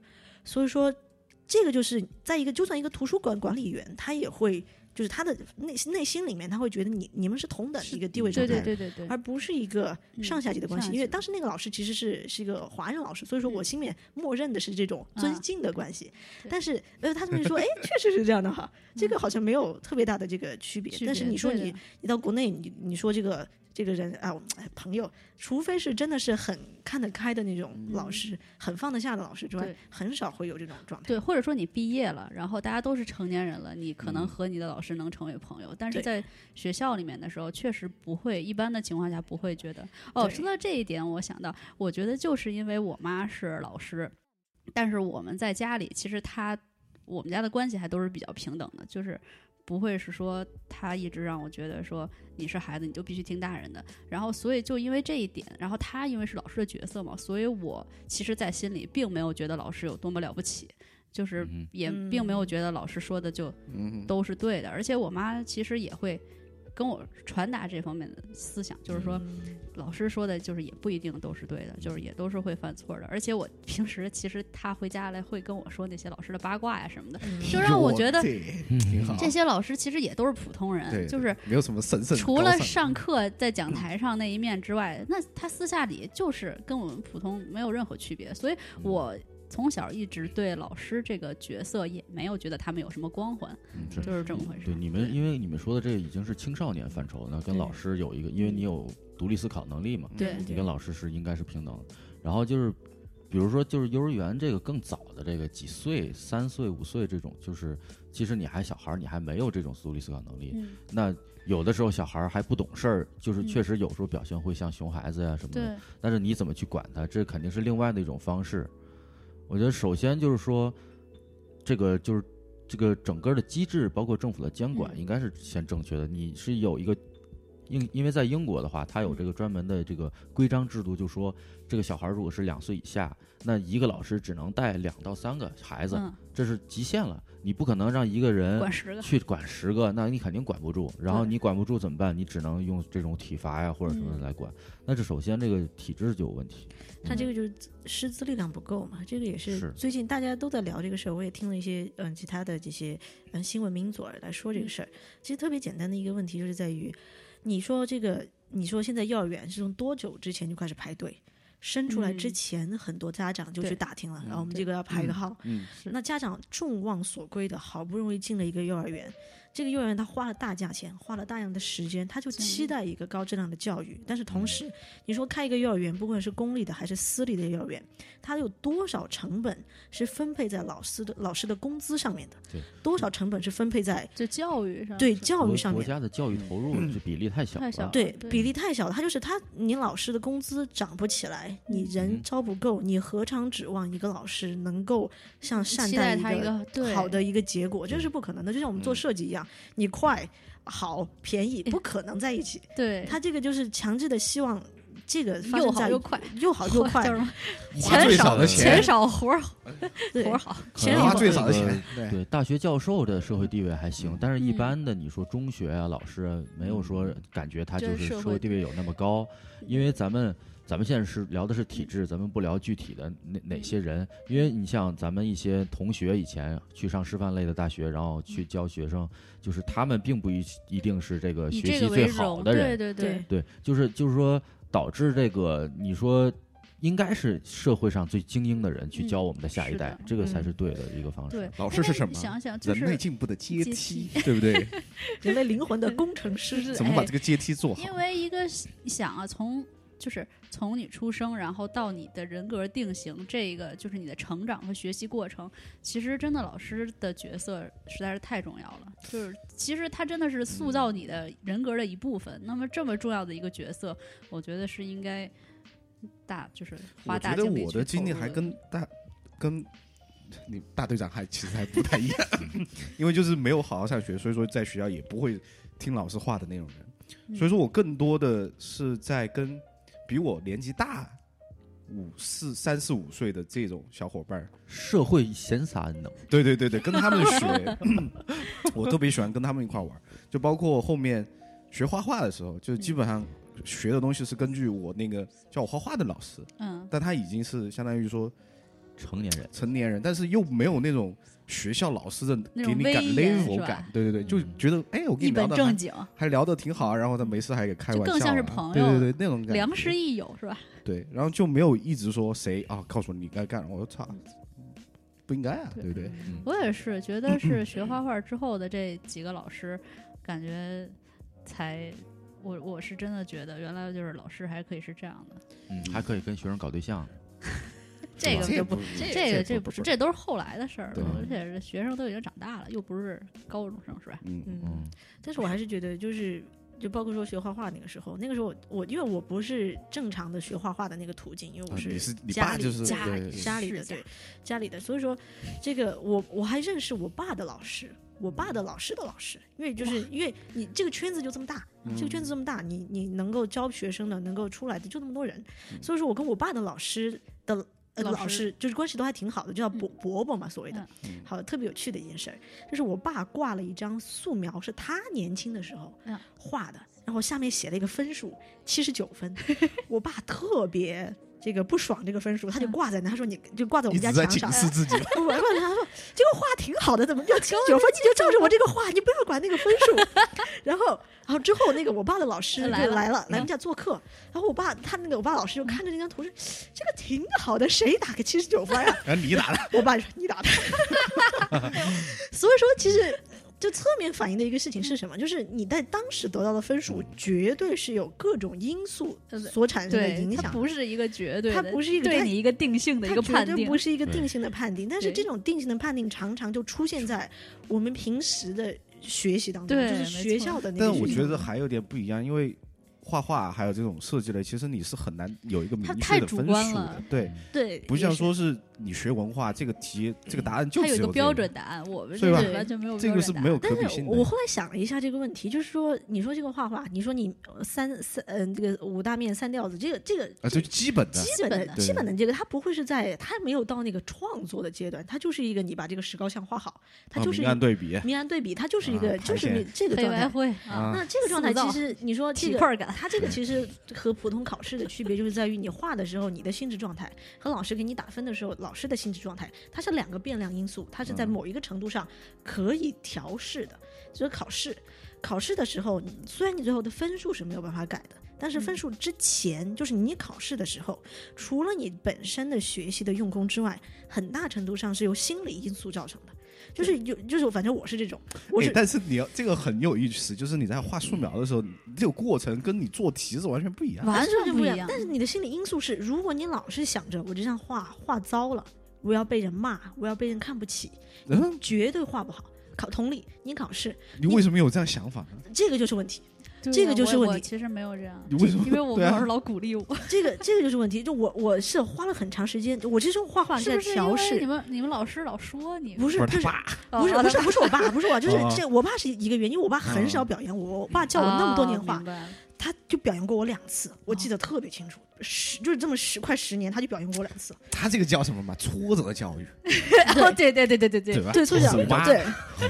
Speaker 7: 所以说这个就是在一个就算一个图书馆管理员，他也会就是他的内内心里面他会觉得你你们是同等的一个地位
Speaker 5: 对
Speaker 7: 状态
Speaker 5: 对
Speaker 7: 的，
Speaker 5: 对对对，
Speaker 7: 而不是一个上下级的关系。
Speaker 5: 嗯
Speaker 7: 因为
Speaker 5: 上下级嗯
Speaker 7: 当时那个老师其实是是一个华人老师，所以说我心里面默认的是这种尊敬的关系。
Speaker 5: 啊对嗯
Speaker 7: 但是呃，他这么一说，哎，确实是这样的
Speaker 5: <laughs>
Speaker 7: 哈，这个好像没有特别大的这个区别。
Speaker 5: 区别
Speaker 7: 但是你说
Speaker 5: 对
Speaker 7: 你
Speaker 5: 的
Speaker 7: 你到国内，你你说这个。这个人啊，我哎朋友，除非是真的是很看得开的那种老师，很放得下的老师之外
Speaker 5: 嗯对，
Speaker 7: 很少会有这种状态。
Speaker 5: 对，或者说你毕业了，然后大家都是成年人了，你可能和你的老师能成为朋友，但
Speaker 7: 嗯
Speaker 5: 是
Speaker 7: 对
Speaker 5: 在学校里面的时候，确实不会，一般的情况下不会觉得。哦，
Speaker 7: 对
Speaker 5: 说到这一点，我想到，我觉得就是因为我妈是老师，但是我们在家里，其实她我们家的关系还都是比较平等的，就是。不会是说她一直让我觉得说你是孩子你就必须听大人的，然后所以就因为这一点，然后她因为是老师的角色嘛，所以我其实，在心里并没有觉得老师有多么了不起，就是
Speaker 4: 嗯
Speaker 5: 也并没有觉得老师说的就
Speaker 6: 嗯，
Speaker 5: 都是对的。而且我妈其实也会跟我传达这方面的思想，就是
Speaker 6: 嗯
Speaker 5: 说，老师说的就是也不一定都是对的，就是也都是会犯错的。而且我平时其实他回家来会跟我说那些老师的八卦呀什么
Speaker 6: 啊
Speaker 5: 的，
Speaker 7: 嗯
Speaker 5: 就让我觉得
Speaker 6: 这
Speaker 8: 嗯
Speaker 6: 挺好，
Speaker 5: 这些老师其实也都是普通
Speaker 6: 对
Speaker 5: 人，
Speaker 6: 对
Speaker 5: 就是
Speaker 6: 没有什么神圣高尚。
Speaker 5: 除了上课在讲台上那一面之外，那他私下里就是跟我们普通没有任何区别。所以
Speaker 8: 嗯
Speaker 5: 我从小一直对老师这个角色也没有觉得他们有什么光环，
Speaker 8: 嗯是
Speaker 5: 就是这么回事。
Speaker 8: 对你们，因为你们说的这个已经是青少年范畴，那跟
Speaker 7: 对
Speaker 8: 老师有一个，因为你有独立思考能力嘛，
Speaker 5: 对
Speaker 8: 你跟老师是应该是平等的。然后就是，比如说就是幼儿园这个更早的这个几岁，三岁五岁这种，就是其实你还小孩儿，你还没有这种独立思考能力。
Speaker 5: 嗯，
Speaker 8: 那有的时候小孩儿还不懂事儿，就是
Speaker 5: 嗯
Speaker 8: 确实有时候表现会像熊孩子呀、什么的。
Speaker 5: 对，
Speaker 8: 但是你怎么去管他，这肯定是另外的一种方式。我觉得首先就是说，这个就是这个整个的机制，包括政府的监管，
Speaker 5: 嗯
Speaker 8: 应该是先正确的。你是有一个。因因为在英国的话，它有
Speaker 5: 嗯
Speaker 8: 这个专门的这个规章制度，就说这个小孩如果是两岁以下，那一个老师只能带两到三个孩子，嗯
Speaker 5: 嗯，
Speaker 8: 这是极限了。你不可能让一个人
Speaker 5: 管十个，
Speaker 8: 去管十个，那你肯定管不住。然后
Speaker 5: 对
Speaker 8: 你管不住怎么办？你只能用这种体罚呀或者什么的
Speaker 5: 嗯
Speaker 8: 来管。那这首先这个体制就有问题。
Speaker 7: 他这个就是师资力量不够嘛，这个也
Speaker 8: 是
Speaker 7: 是最近大家都在聊这个事儿，我也听了一些嗯其他的这些嗯新闻名嘴儿来说这
Speaker 5: 嗯
Speaker 7: 个事儿。其实特别简单的一个问题就是在于，你说这个你说现在幼儿园是从多久之前就开始排队？生出来之
Speaker 5: 嗯
Speaker 7: 前，很多家长就去
Speaker 5: 对嗯
Speaker 7: 打听了，然后我们
Speaker 5: 对
Speaker 7: 这个要排个号，
Speaker 6: 嗯，
Speaker 7: 那家长众望所归的，好不容易进了一个幼儿园，这个幼儿园他花了大价钱，花了大量的时间，他就
Speaker 5: 真的
Speaker 7: 期待一个高质量的教育。但是同时，你说开一个幼儿园，不管是公立的还是私立的幼儿园，它有多少成本是分配在老师的老师的工资上面的
Speaker 8: 对？
Speaker 7: 多少成本是分配在
Speaker 5: 就教育上
Speaker 7: 对
Speaker 5: 是
Speaker 7: 教育
Speaker 8: 国
Speaker 7: 上
Speaker 8: 国
Speaker 7: 面？
Speaker 8: 家的教育投入这比例太小
Speaker 5: 嗯太
Speaker 8: 了。
Speaker 5: 小了
Speaker 7: 对
Speaker 5: 对
Speaker 7: 比例太小了，他就是他，你老师的工资涨不起来，你人
Speaker 8: 嗯
Speaker 7: 招不够，你何尝指望一个老师能够像善
Speaker 5: 期
Speaker 7: 待
Speaker 5: 待他一个对嗯
Speaker 7: 好的一个结果？这是不可能的。就像我们做设计一样，你快、好、便宜不可能在一起。
Speaker 5: <laughs> 对，
Speaker 7: 他这个就是强制的希望，这个发
Speaker 5: 又
Speaker 7: 生
Speaker 5: 好
Speaker 7: 在
Speaker 5: 又快，
Speaker 7: 又好又快
Speaker 5: <laughs> 叫，什么？
Speaker 6: 花最少的
Speaker 5: 钱少活儿好
Speaker 7: 对
Speaker 5: 活儿好，
Speaker 7: 钱
Speaker 8: 可能
Speaker 7: 也
Speaker 6: 花
Speaker 7: 不
Speaker 6: 最
Speaker 7: 够
Speaker 6: 少的
Speaker 8: 这个
Speaker 6: 钱，对
Speaker 8: 对大学教授的社会地位还行，但是一
Speaker 5: 哎嗯
Speaker 8: 般的你说中学啊老师啊，没有说感觉他
Speaker 5: 就
Speaker 8: 就是是
Speaker 5: 社
Speaker 8: 社会
Speaker 5: 会
Speaker 8: 地位有那么高，因为咱们咱们现在是聊的是体制，咱们不聊具体的哪哪些人，因为你像咱们一些同学以前去上师范类的大学，然后去教学生，就是他们并不一一定是这个
Speaker 5: 以
Speaker 8: 学
Speaker 5: 这
Speaker 8: 习
Speaker 5: 个为
Speaker 8: 最好
Speaker 5: 荣，
Speaker 8: 的人
Speaker 5: 对，对对
Speaker 7: 对，
Speaker 8: 对，就是就是说，导致这个你说应该是社会上最精英的人去
Speaker 5: 嗯
Speaker 8: 教我们的下一
Speaker 5: 是
Speaker 8: 代，
Speaker 5: 的
Speaker 8: 这个才
Speaker 7: 嗯
Speaker 8: 是对的一个方式
Speaker 5: 对。
Speaker 6: 老
Speaker 5: 因
Speaker 6: 师是
Speaker 5: 为
Speaker 6: 什
Speaker 5: 你
Speaker 6: 么
Speaker 5: 想想，就
Speaker 6: 人类
Speaker 5: 是
Speaker 6: 进步的阶
Speaker 5: 阶
Speaker 6: 梯，
Speaker 5: 梯
Speaker 6: 对不对？
Speaker 5: <laughs>
Speaker 7: 人类灵魂的工程师。
Speaker 6: 怎么把
Speaker 5: 哎
Speaker 6: 这个阶梯做好？
Speaker 5: 因为一个想啊，从就是从你出生，然后到你的人格定型，这个就是你的成长和学习过程。其实真的老师的角色实在是太重要了，就是其实他真的是塑
Speaker 6: 嗯
Speaker 5: 造你的人格的一部分。那么这么重要的一个角色，我觉得是应该大就是花
Speaker 6: 我
Speaker 5: 大
Speaker 6: 觉得
Speaker 5: 精力
Speaker 6: 我
Speaker 5: 去
Speaker 6: 的经历
Speaker 5: 投入
Speaker 6: 还
Speaker 5: 的
Speaker 6: 跟大跟你大队长还其实还不太一样， <laughs> 因为就是没有好好上学，所以说在学校也不会听老师话的那种
Speaker 5: 嗯
Speaker 6: 人，所以说我更多的是在跟比我年纪大五四三四五岁的这种小伙伴儿，
Speaker 8: 社会闲散能，
Speaker 6: 对对对对，跟他们
Speaker 5: <laughs>
Speaker 6: 学，我特别喜欢跟他们一块儿玩儿，就包括后面学画画的时候，就基本上学的东西是根据我那个教我画画的老师，
Speaker 5: 嗯
Speaker 6: 但他已经是相当于说。
Speaker 8: 成年人
Speaker 6: 成年人，但是又没有那种学校老师的
Speaker 5: 那
Speaker 6: 给
Speaker 5: 种
Speaker 6: 你感
Speaker 5: 威严
Speaker 6: level
Speaker 5: 是吧
Speaker 6: 感，对对对，就
Speaker 8: 嗯
Speaker 6: 觉得哎，我跟
Speaker 5: 一
Speaker 6: 你聊
Speaker 5: 本
Speaker 6: 的
Speaker 5: 正
Speaker 6: 还
Speaker 5: 经，
Speaker 6: 还聊得挺好，然后他没事还给开玩笑啊，
Speaker 5: 就更像是朋友
Speaker 6: 对对对，那种感觉
Speaker 5: 良师益友是吧？
Speaker 6: 对，然后就没有一直说谁啊，告诉你该干，我说操，不应该啊，对
Speaker 5: 对
Speaker 6: 不对？
Speaker 5: 我也是觉得是学画画之后的这几个老师，感觉才我我是真的觉得原来就是老师还可以是这样的，
Speaker 8: 嗯，还可以跟学生搞对象，
Speaker 5: 这个
Speaker 6: 这
Speaker 5: 就
Speaker 6: 不
Speaker 5: 这个这
Speaker 6: 不
Speaker 5: 不
Speaker 6: 是
Speaker 5: 是这都是后来的事儿
Speaker 6: 对
Speaker 5: 了，而且是学生都已经长大了，又不是高中生是吧？
Speaker 6: 嗯，
Speaker 7: 嗯
Speaker 8: 嗯，
Speaker 7: 但是我还是觉得，就是就包括说学画画那个时候，那个时候我我因为我不是正常的学画画的那个途径，因为
Speaker 6: 啊
Speaker 7: 我是
Speaker 6: 你是你
Speaker 7: 家
Speaker 6: 爸
Speaker 7: 里
Speaker 6: 就是
Speaker 7: 家
Speaker 6: 对
Speaker 7: 里
Speaker 6: 对
Speaker 7: 家里的
Speaker 5: 世家
Speaker 7: 对家里的，所以说这个我我还认识我爸的老师，我爸的老师的老师，因为就是因为你这个圈子就这么大，
Speaker 6: 嗯
Speaker 7: 这个圈子这么大，你
Speaker 6: 嗯
Speaker 7: 你能够教学生的，能够出来的就那么多人，所以说我跟我爸的老师的。呃
Speaker 5: 老
Speaker 7: 老
Speaker 5: 师
Speaker 7: 师就是关系都还挺好的，就叫伯伯伯嘛，所谓的
Speaker 5: 嗯。
Speaker 6: 嗯
Speaker 7: 好，特别有趣的一件事儿，就是我爸挂了一张素描，是他年轻的时候
Speaker 5: 嗯
Speaker 7: 画的，然后下面写了一个分数，七十九分。 <laughs> 我爸特别这个不爽这个分数，他就
Speaker 5: 嗯
Speaker 7: 挂在那，他说你就挂在我
Speaker 6: 一
Speaker 7: 们
Speaker 6: 直
Speaker 7: 家
Speaker 6: 在
Speaker 7: 墙上
Speaker 6: 警。示
Speaker 5: <laughs>
Speaker 6: 自己，
Speaker 7: 我我问他说这个画挺好的，怎么就七十九分？你就照着我这个画，你不要管那个分数。 <laughs> 然后，然后之后那个我爸的老师就
Speaker 5: 来
Speaker 7: 来
Speaker 5: 了嗯
Speaker 7: 了，来我们家做客。然后我爸他那个我爸老师就看着那张图说，这个挺好的，谁打个七十九分啊？
Speaker 6: 然后哎
Speaker 5: <laughs>
Speaker 6: 你打的，
Speaker 7: 我爸就说你打他。 <laughs> 所以说，其实就侧面反映的一个事情是什么？就是你在当时得到的分数，绝对是有各种因素
Speaker 5: 嗯呃
Speaker 7: 所产生的
Speaker 5: 对
Speaker 7: 影，
Speaker 5: 它
Speaker 7: 响。
Speaker 5: 不是一个绝对的，
Speaker 7: 它不是一个
Speaker 5: 对
Speaker 7: 它
Speaker 5: 你一个定性的一
Speaker 7: 它
Speaker 5: 个
Speaker 7: 绝
Speaker 5: 判
Speaker 7: 对
Speaker 5: 定，
Speaker 7: 不是一个
Speaker 8: 对
Speaker 7: 定性的判定，但是
Speaker 5: 对
Speaker 7: 这种定性的判定常常就出现在我们平时的学习当中，
Speaker 5: 对
Speaker 7: 就是
Speaker 5: 没
Speaker 7: 学
Speaker 5: 错
Speaker 7: 校的那个学
Speaker 6: 但
Speaker 7: 习
Speaker 6: 我
Speaker 7: 当中。
Speaker 6: 觉得还有点不一样，因为画画还有这种设计类，其实你是很难有一个明
Speaker 5: 它太
Speaker 6: 确的
Speaker 5: 主
Speaker 6: 分
Speaker 5: 观
Speaker 6: 数
Speaker 5: 了
Speaker 6: 的，对，
Speaker 7: 对，
Speaker 6: 不
Speaker 7: 也
Speaker 6: 像
Speaker 7: 是
Speaker 6: 说是你学文化这个题，这个答案就
Speaker 5: 它有
Speaker 6: 只
Speaker 5: 一
Speaker 6: 这
Speaker 5: 个标准，答案，我们
Speaker 6: 所以
Speaker 5: 这
Speaker 6: 吧
Speaker 5: 个完全没有标
Speaker 6: 这
Speaker 5: 准
Speaker 6: 个是
Speaker 5: 答
Speaker 6: 没有
Speaker 5: 案
Speaker 6: 可比
Speaker 7: 但是
Speaker 6: 性
Speaker 7: 我
Speaker 6: 的。
Speaker 7: 后来想了一下这个问题，就是说，你说这个画画，你说你呃三三嗯、这个五大面三调子，这个这个
Speaker 6: 啊，这基本的，
Speaker 7: 基本
Speaker 5: 基本
Speaker 7: 的
Speaker 5: 的
Speaker 7: 基本的这个，它不会是在它没有到那个创作的阶段，它就是一个你把这个石膏像画好，它
Speaker 6: 啊
Speaker 7: 就是一
Speaker 6: 明
Speaker 7: 个
Speaker 6: 暗对比，
Speaker 7: 明暗对比，它就是一
Speaker 6: 啊
Speaker 7: 个
Speaker 6: 排
Speaker 7: 就是你这
Speaker 6: 线
Speaker 7: 个
Speaker 5: 黑
Speaker 7: 状
Speaker 5: 白
Speaker 7: 态。
Speaker 5: 灰啊，
Speaker 7: 那这个状态
Speaker 5: 塑造
Speaker 7: 其实你说这
Speaker 5: 体
Speaker 7: 个
Speaker 5: 块感，
Speaker 7: 它这个其实和普通考试的区别就是在于你画的时候你的心智状态和老师给你打分的时候老师的心智状态，它是两个变量因素，它是在某一个程度上可以调试的。所以考试，考试的时候，你虽然你最后的分数是没有办法改的，但是分数之前就是你考试的时候，除了你本身的学习的用功之外，很大程度上是由心理因素造成的。就是有，就是反正我是这种，我
Speaker 6: 哎
Speaker 7: 是
Speaker 6: 但是你要这个很有意思，就是你在画素描的时候，你这个过程跟你做题是完全不一样的。
Speaker 5: 完
Speaker 7: 是
Speaker 5: 全
Speaker 7: 不
Speaker 5: 一
Speaker 7: 样。但是你的心理因素是，如果你老是想着我这张画画糟了，我要被人骂，我要被人看不起，
Speaker 6: 嗯，
Speaker 7: 绝对画不好。考同理，你考试
Speaker 6: 你为什么有这样想法呢？
Speaker 7: 这个就是问题，
Speaker 5: 对
Speaker 7: 这个
Speaker 5: 啊
Speaker 7: 就是
Speaker 5: 我
Speaker 7: 问
Speaker 5: 我
Speaker 7: 题
Speaker 5: 其实没有这样，
Speaker 6: 你为什么
Speaker 5: 因为我
Speaker 6: 对
Speaker 5: 们
Speaker 6: 啊
Speaker 5: 老师老鼓励我， <laughs>
Speaker 7: 这个这个就是问题。就我我是花了很长时间，我这时候画画
Speaker 5: 是
Speaker 7: 在
Speaker 5: 不是因
Speaker 7: 调
Speaker 5: 为
Speaker 7: 试
Speaker 5: 你，们你们老师老说你
Speaker 7: 不是
Speaker 6: 不
Speaker 7: 就是
Speaker 6: 他爸，
Speaker 5: 哦
Speaker 7: 不是
Speaker 5: 好
Speaker 7: 不
Speaker 5: 的
Speaker 7: 是不是我爸，不是我，
Speaker 6: <laughs>
Speaker 7: 就是
Speaker 6: 哦
Speaker 7: 这我爸是一个原因，我爸很少表扬我，我爸教我那么多年
Speaker 5: 哦
Speaker 7: 画
Speaker 5: 明，白
Speaker 7: <laughs>
Speaker 5: 哦
Speaker 7: 他就表扬过我两次，我记得特别清楚，十就是这么十快十年，他就表扬过我两次。
Speaker 6: 他这个叫什么嘛？挫折教育，
Speaker 5: 哦，对对对对对
Speaker 6: 对吧？
Speaker 7: 对，所以讲
Speaker 6: 虎妈
Speaker 7: 对，